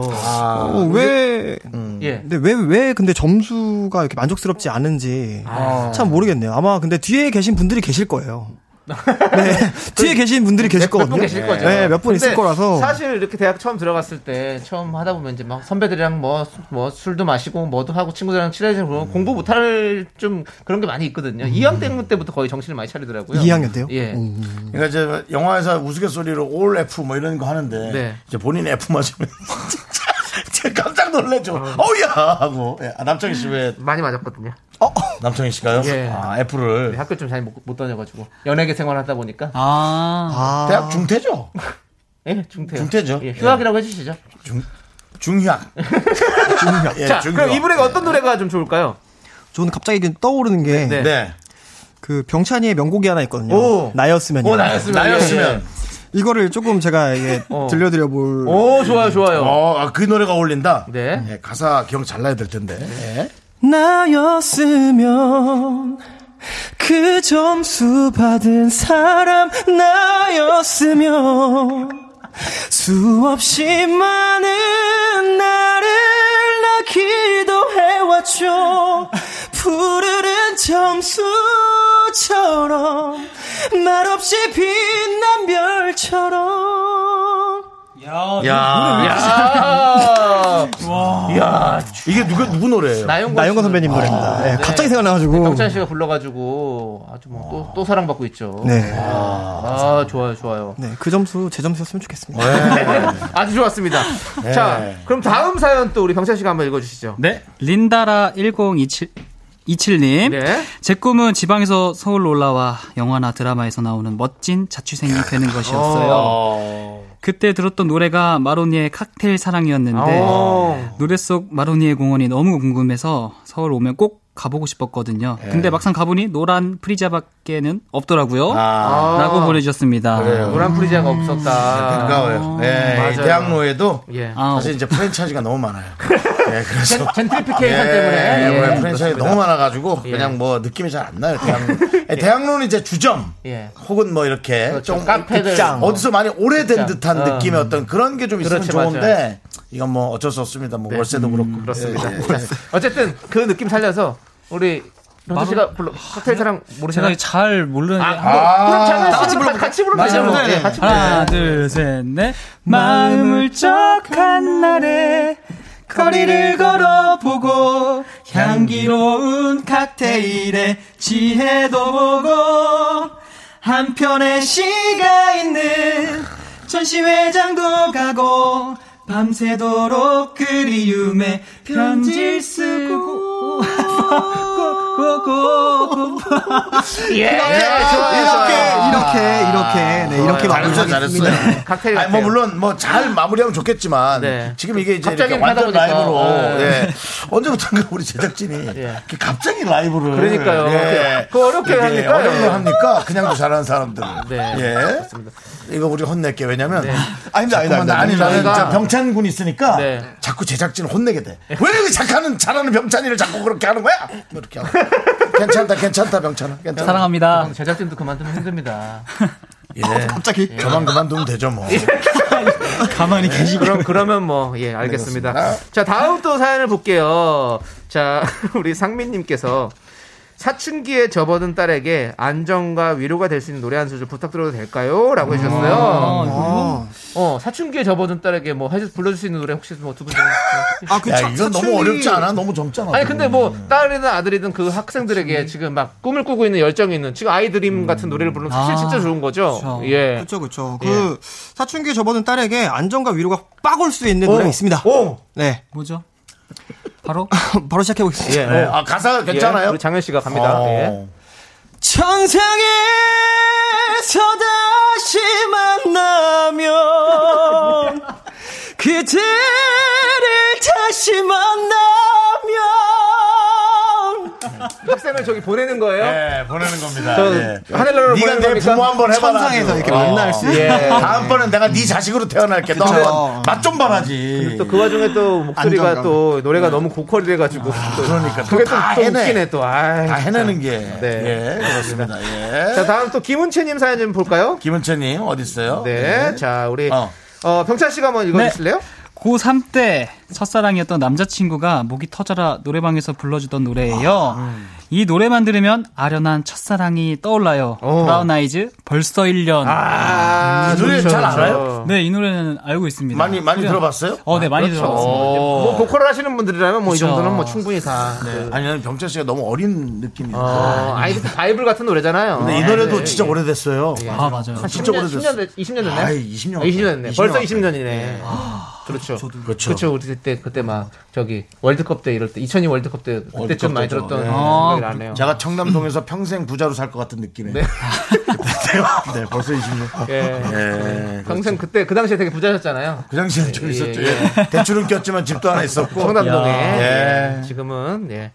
어, 왜,
예.
근데 네, 왜, 왜 근데 점수가 이렇게 만족스럽지 않은지
아.
참 모르겠네요. 아마 근데 뒤에 계신 분들이
*laughs*
계실 거예요. 네, 뒤에 계신 분들이 계실
그 몇
거거든요.
분 계실 거죠.
네, 몇 분 있을
근데
거라서.
사실 이렇게 대학 처음 들어갔을 때 처음 하다 보면 이제 막 선배들이랑 뭐, 수- 뭐 술도 마시고 뭐도 하고 친구들이랑 친해지고 그런 공부 못할 좀 그런 게 많이 있거든요. 2학년 때부터 거의 정신을 많이 차리더라고요.
2학년 음. 때요?
예.
그러니까 이제 영화에서 우스갯소리로 올 F 뭐 이런 거 하는데
네.
이제 본인 F 맞으면 *laughs* 진짜, 진짜 깜짝 놀래죠. 어우야 하고 예, 아, 남창희 씨왜
많이 맞았거든요.
남창희 씨가요?
예.
아 F를
네, 학교 좀 잘 못, 못 다녀가지고 연예계 생활하다 보니까
아
대학 중퇴죠.
예, 중퇴요.
중퇴죠.
예, 휴학이라고 해주시죠.
중학. *laughs* 중학. 예,
자,
중학.
그럼 이분에게 어떤 노래가 좀 좋을까요?
저는 갑자기 이게 떠오르는 게
네.
네.
그 병찬이의 명곡이 하나 있거든요.
오.
나였으면.
오 나였으면. 나였으면.
이거를 조금 제가 이게
어.
들려드려 볼.
오, 좋아요, 좋아요.
어, 아, 그 노래가 어울린다.
네.
예, 가사 기억 잘 나야 될 텐데. 예.
나였으면 그 점수 받은 사람 나였으면 수없이 많은 나를 나 기도해왔죠 푸르른 점수처럼 말없이 빛난 별처럼
예.
아,
야.
야,
야. 이게 누가 누구 노래예요?
나영권,
나영건
씨는-
선배님 노래입니다.
아,
예,
네.
갑자기 생각나가지고.
병찬 씨가 불러가지고 아주 뭐또 또 사랑받고 있죠.
네.
아 좋아요 좋아요.
네, 그 점수 제 점수였으면 좋겠습니다.
아주 좋았습니다. 자 그럼 다음 사연 또 우리 병찬 씨가 한번 읽어주시죠.
네. 린다라 1027 27님.
네.
제 꿈은 지방에서 서울로 올라와 영화나 드라마에서 나오는 멋진 자취생이 되는 것이었어요. 그때 들었던 노래가 마로니의 칵테일 사랑이었는데
어.
노래 속 마로니의 공원이 너무 궁금해서 서울 오면 꼭 가보고 싶었거든요.
네.
근데 막상 가보니 노란 프리자밖에는
어?
없더라고요.
아.
라고 보내주셨습니다.
그래요.
노란 프리지아가 없었다.
네, 반가워요. 예, 이
맞아요.
대학로에도
예.
아,
사실 이제 프랜차이즈가 너무 많아요. 예, 그래서
젠트리피케이션 때문에.
예,
예,
원래 프랜차이즈
그렇습니다. 예.
너무 많아가지고 그냥 뭐 느낌이 잘 안
*laughs*
나요. 대학로. 예, 대학로는 이제 주점
예.
혹은 뭐 이렇게
그렇죠.
좀
카페들.
극장, 어디서 많이 오래된
극장.
듯한
어.
느낌의 어떤 그런 게 좀 있으면
그렇지,
좋은데
맞아요. 네.
이건 뭐 어쩔 수 없습니다. 뭐 월세도 그렇고
음, 그렇습니다. 네.
예,
자, 어쨌든 그 느낌 살려서 우리 병찬 씨가 불러 칵테일 사랑 모르시나요?
제가 잘 모르는데.
아, 뭐, 그럼 장현 같이 불러 같이 불러
맞아요. 네.
같이 불러.
하나, 둘, 셋, 넷. 마음을 적한 날에 거리를 걸어보고 향기로운 칵테일에 지혜도 보고 한편의 시가 있는 전시회장도 가고 밤새도록 *laughs* 그리움에 편지 쓰고 고고고고
네,
네,
이렇게 이렇게 네, 이렇게
아, 잘했어, 잘했어요.
마무리하겠습니다.
칵테일
아니, 뭐,
같아요.
물론, 뭐, 잘 마무리하면 좋겠지만,
네.
지금 이게 이제
갑자기
이렇게 완전
하다 보니까.
라이브로,
예.
예. 언제부턴가 우리 제작진이
*laughs*
이렇게 갑자기 라이브를.
그러니까요.
예.
그거 어렵게
이게
합니까?
어렵게
예.
합니까? 그냥도 잘하는 사람들.
네.
예. 이거 우리 혼낼게. 왜냐면,
아닙니다, 아니다,
잠깐만,
아니다.
나 아니, 나는
저희가-
진짜 병찬군 있으니까
네.
자꾸 제작진을 혼내게 돼. 왜 이렇게 착하는, 잘하는 병찬이를 자꾸 그렇게 하는 거야? 뭐 이렇게 하고. 괜찮다, 괜찮다, 병찬아. 괜찮아.
사랑합니다.
제작진도 그만두면 힘듭니다.
예.
아,
갑자기. 저만 그만두면 되죠, 뭐.
가만히 계시고.
네, 그럼 그러면 뭐 예 알겠습니다.
네, 그렇습니다.
자 다음 또 사연을 볼게요. 자 *laughs* 우리 상민님께서 사춘기에 접어든 딸에게 안정과 위로가 될 수 있는 노래 한 소절 부탁드려도
음, 아,
될까요?라고 해주셨어요.
어.
어 사춘기에 접어든 딸에게 뭐 해서 불러줄 수 있는 노래 혹시 뭐 두 분
*laughs*
중
아, 그
야,
차-
이거
사춘기-
너무 어렵지 않아? 너무 젊잖아.
아니 근데 뭐
음.
딸이든 아들이든 그 학생들에게 지금 막 꿈을 꾸고 있는 열정이 있는 지금
음.
아이드림 같은 노래를 부르면 사실
아,
진짜 좋은 거죠.
그쵸.
예.
그렇죠, 그렇죠. 그 사춘기에 접어든 딸에게 안정과 위로가 빡 올 수
어.
있는 노래가 있습니다. 네, *laughs*
뭐죠? 바로
바로 시작해 보겠습니다.
예.
네. 아, 가사 괜찮아요?
예, 우리 장현 씨가 갑니다.
어.
예.
천상에서 다시
*laughs*
만나면 그대를 다시 만나면
학생을 저기 보내는 거예요.
네, 보내는 겁니다. 예.
저 하늘나라로
네가
보내는
내
겁니까?
부모 한번 해봐라.
천상에서
아주.
이렇게
어.
만날 수
예.
다음번엔 내가 네 자식으로 태어날게. 너
그쵸.
한번 맛좀 봐라지.
또 그 와중에 또 목소리가
안정감. 네.
또 노래가 너무 고퀄이 돼가지고 또
그러니까.
그게 또,
또다
또
해내.
웃기네 또. 아이,
다 해내는 게. 예,
네.
그렇습니다. 예.
자 다음 또 김은채님 사연 좀 볼까요?
김은채님, 어딨어요?
네, 자 우리 어.
어. 네.
병찬 씨가 한번 읽어주실래요?
고3 때 첫사랑이었던 남자친구가 목이 터져라 노래방에서 불러주던
아,
노래예요.
음.
이 노래만 들으면 아련한 첫사랑이 떠올라요.
어.
브라운 아이즈 벌써 1년.
아,
이 노래
좋죠,
잘
좋죠.
알아요?
네, 이 노래는 알고 있습니다.
많이, 아, 그렇죠. 많이 들어봤어요?
어, 네, 많이 들어봤습니다.
뭐 보컬을 하시는 분들이라면 뭐 이
그렇죠.
정도는 뭐 충분히 다. 그,
아니, 나는 병철 씨가 너무 어린 느낌이야.
어, 아이 바이블 같은 노래잖아요. 네.
근데 이 노래도 진짜
예.
오래됐어요.
아, 맞아요.
진짜
10년,
오래됐어.
10년, 됐- 20년 됐네.
아이, 20년.
20년 됐네.
20년
벌써
왔다.
20년이네. 그렇죠.
그렇죠.
그렇죠. 우리 그때 그때 막 저기 월드컵 때 이럴 때 2002 월드컵 때 그때쯤
월드컵
많이
때죠.
들었던
네.
생각이 나네요.
제가 청담동에서 평생 부자로 살 것 같은 느낌이에요. 음. *laughs* 네. 네, 벌써 20년.
예.
예.
평생 그때 그 당시에 되게 부자셨잖아요.
그 당시에는 좀
예,
있었죠.
예.
예. 대출은 꼈지만 집도 하나 있었고.
청담동에
뭐, 야. 아,
예. 지금은 예.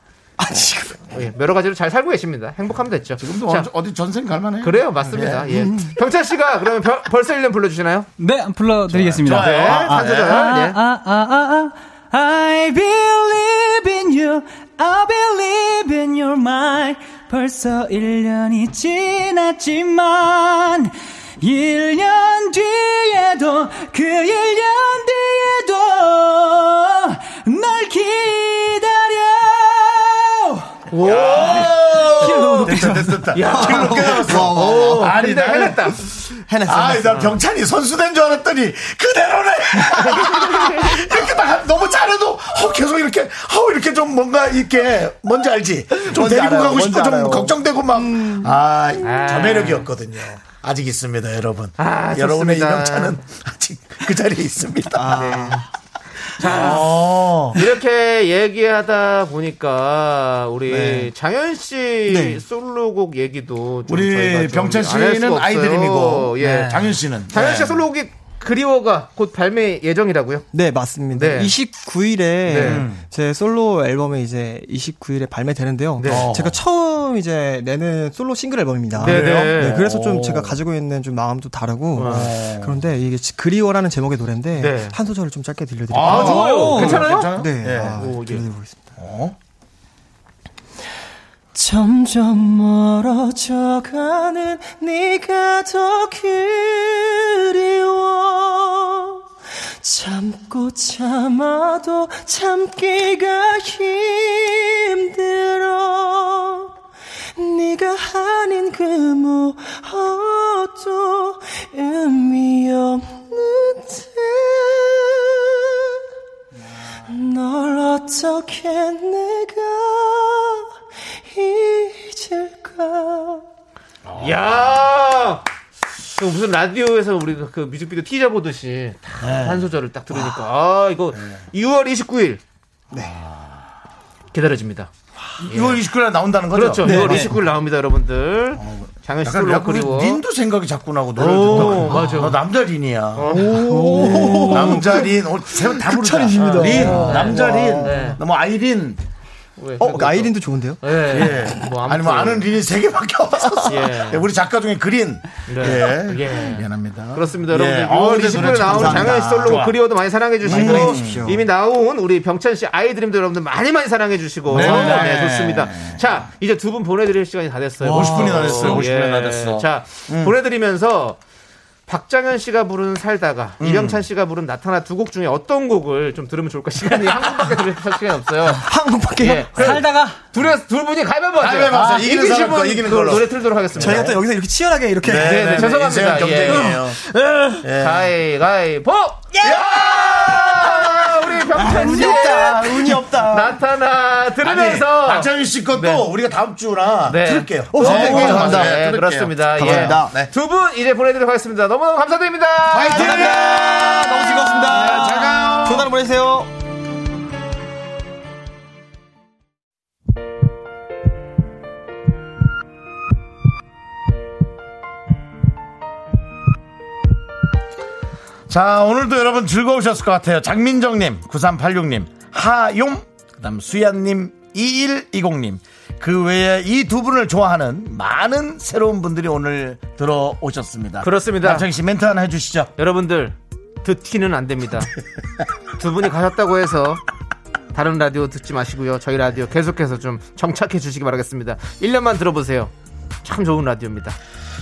예, 여러 가지로 잘 살고 계십니다. 행복하면 됐죠.
지금도
자,
어디- 어디 전생 네. 갈만해요.
그래요, 맞습니다. 예. 병찬 씨가 그러면 별- 벌써 1년 불러주시나요?
네, 한번 불러드리겠습니다.
좋아요.
네,
아, 아,
한 소절. 예.
아, 아, 아, 아. I believe in you. I believe in your mind. 벌써 1년이 지났지만 1년 뒤에도 그 1년 뒤에도 널 기다려.
됐다, 됐다, 됐다. 길로 깨달았어. 아니,
근데
나
해냈다.
해냈어.
아, 나 병찬이 선수된 줄 알았더니 그대로네. *laughs* 이렇게 막 너무 잘해도 어, 계속 이렇게 어, 이렇게 좀 뭔가 이렇게 뭔지 알지? 좀
뭔지
데리고
알아요,
가고 싶고
뭔지
좀
알아요.
걱정되고 막 아, 자매력이었거든요. 아직 있습니다, 여러분.
아,
여러분의
좋습니다.
이병찬은 아직 그 자리에 있습니다. 네.
이렇게 얘기하다 보니까 우리 장현 씨
네.
솔로곡 얘기도 좀
우리
저희가 좀
병찬
안할 수가
씨는
없어요.
아이드림이고
예.
네. 장윤 씨는
장현 씨
네.
솔로곡이 그리워가 곧 발매 예정이라고요?
네, 맞습니다.
네.
29일에
네.
제 솔로 앨범이 이제 29일에 발매되는데요.
네.
제가 처음 이제 내는 솔로 싱글 앨범입니다.
네, 네.
네, 그래서 좀
오.
제가 가지고 있는 좀 마음도 다르고 그런데 이게 지- 그리워라는 제목의 노래인데
네.
한 소절을 좀 짧게 들려드릴게요.
아,
좋아요. 괜찮아요?
네,
예.
아,
오, 예.
들려드리겠습니다.
점점 멀어져가는 네가 더 그리워 참고 참아도 참기가 힘들어 네가 아닌 그 무엇도 의미 없는데 널 어떻게 내가 잊을까?
아.
야 그 무슨 라디오에서 우리 그, 그 뮤직비디오 티저 보듯이
네.
아,
네.
다 한 소절을 딱 들으니까 아 이거 6월 29일 기다려집니다.
6월 29일에 나온다는 거죠?
그렇죠.
네. 어,
6월 29일 나옵니다, 여러분들. 장현 씨도
약간 약간
그리고
린도 생각이 자꾸 나고 노래를
오,
듣다가
맞아.
너 남자 린이야. 남자 린. 어, 세번다 부르다.
극찬이십니다.
린, 남자 린,
네.
너무 아이린.
왜
어,
그런 거
아이린도 좋은데요?
예. 예. 뭐 아무튼.
아니 뭐 아는 린이 세 개밖에 없었어.
예.
우리 작가 중에 그린.
네.
예.
예.
미안합니다.
그렇습니다,
예.
여러분들.
어,
6월
근데
29일
노래 참
나오는 장현 씨
감사합니다.
솔로
좋아.
그리고 많이 사랑해
많이
주시고
보내주십시오.
이미 나온 우리 병찬 씨 아이드림도 여러분들 많이 많이 사랑해 주시고
네.
네. 좋습니다. 자, 이제 두 분 보내드릴 시간이 다 됐어요. 예.
와. 50 분이 다 됐어요. 50 분이 다 됐어. 음.
자, 보내드리면서 박장현 씨가 부른 살다가
음.
이병찬 씨가 부른 나타나 두 곡 중에 어떤 곡을 좀 들으면 좋을까 시간이 한 곡밖에 들을 시간이 없어요.
*laughs*
한국밖에
예.
살다가
둘에 둘 분이 가위바위보 하세요.
가위바위보 하세요. 이기는
이기신
사람 거,
분
이기는
그
걸로.
노래 틀도록 하겠습니다.
저희가 또 여기서 이렇게 치열하게 이렇게
네, 네, 네.
죄송합니다. 예,
인생은 경쟁이에요. 예.
가위가위보! 야! 우리 병찬 씨
*laughs* 운이 없다 운이 없다
나타나 들으면서
박찬윤 씨 것도
네.
우리가 다음 주나
네.
들을게요.
어,
네,
선생님,
감사합니다.
네,
들을게요.
그렇습니다.
감사합니다.
예.
네.
두 분 이제 보내드리도록 하겠습니다. 너무너무 감사드립니다.
화이팅!
너무 즐거웠습니다
네, 잘 가요.
좋은 하루 보내세요
자, 오늘도 여러분 즐거우셨을 것 같아요. 장민정님, 9386님, 하용, 그 다음 수야님, 2120님. 그 외에 이 두 분을 좋아하는 많은 새로운 분들이 오늘 들어오셨습니다.
그렇습니다.
남창희 씨 멘트 하나 해주시죠.
여러분들 듣기는 안 됩니다. 두 분이 가셨다고 해서 다른 라디오 듣지 마시고요. 저희 라디오 계속해서 좀 정착해 주시기 바라겠습니다. 1년만 들어보세요. 참 좋은 라디오입니다.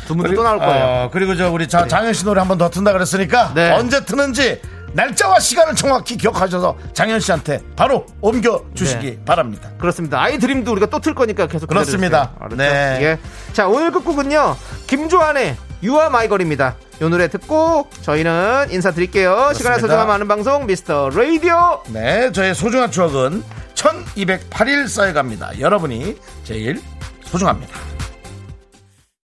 두 분도 또 나올 거예요.
어, 그리고 저 우리 자, 장현 씨 노래 한 번 더 튼다 그랬으니까
네.
언제 트는지 날짜와 시간을 정확히 기억하셔서 장현 씨한테 바로 옮겨 주시기
네.
바랍니다.
그렇습니다. 아이드림도 우리가 또 틀 거니까 계속
그렇습니다.
기다려주세요. 알았죠?
네.
예. 자 오늘 끝곡은요 김조한의 유아 마이걸입니다. 이 노래 듣고 저희는 인사드릴게요. 시간을 소중함 아는 방송 미스터 라디오.
네, 저의 소중한 추억은 1208일 쌓여갑니다. 여러분이 제일 소중합니다.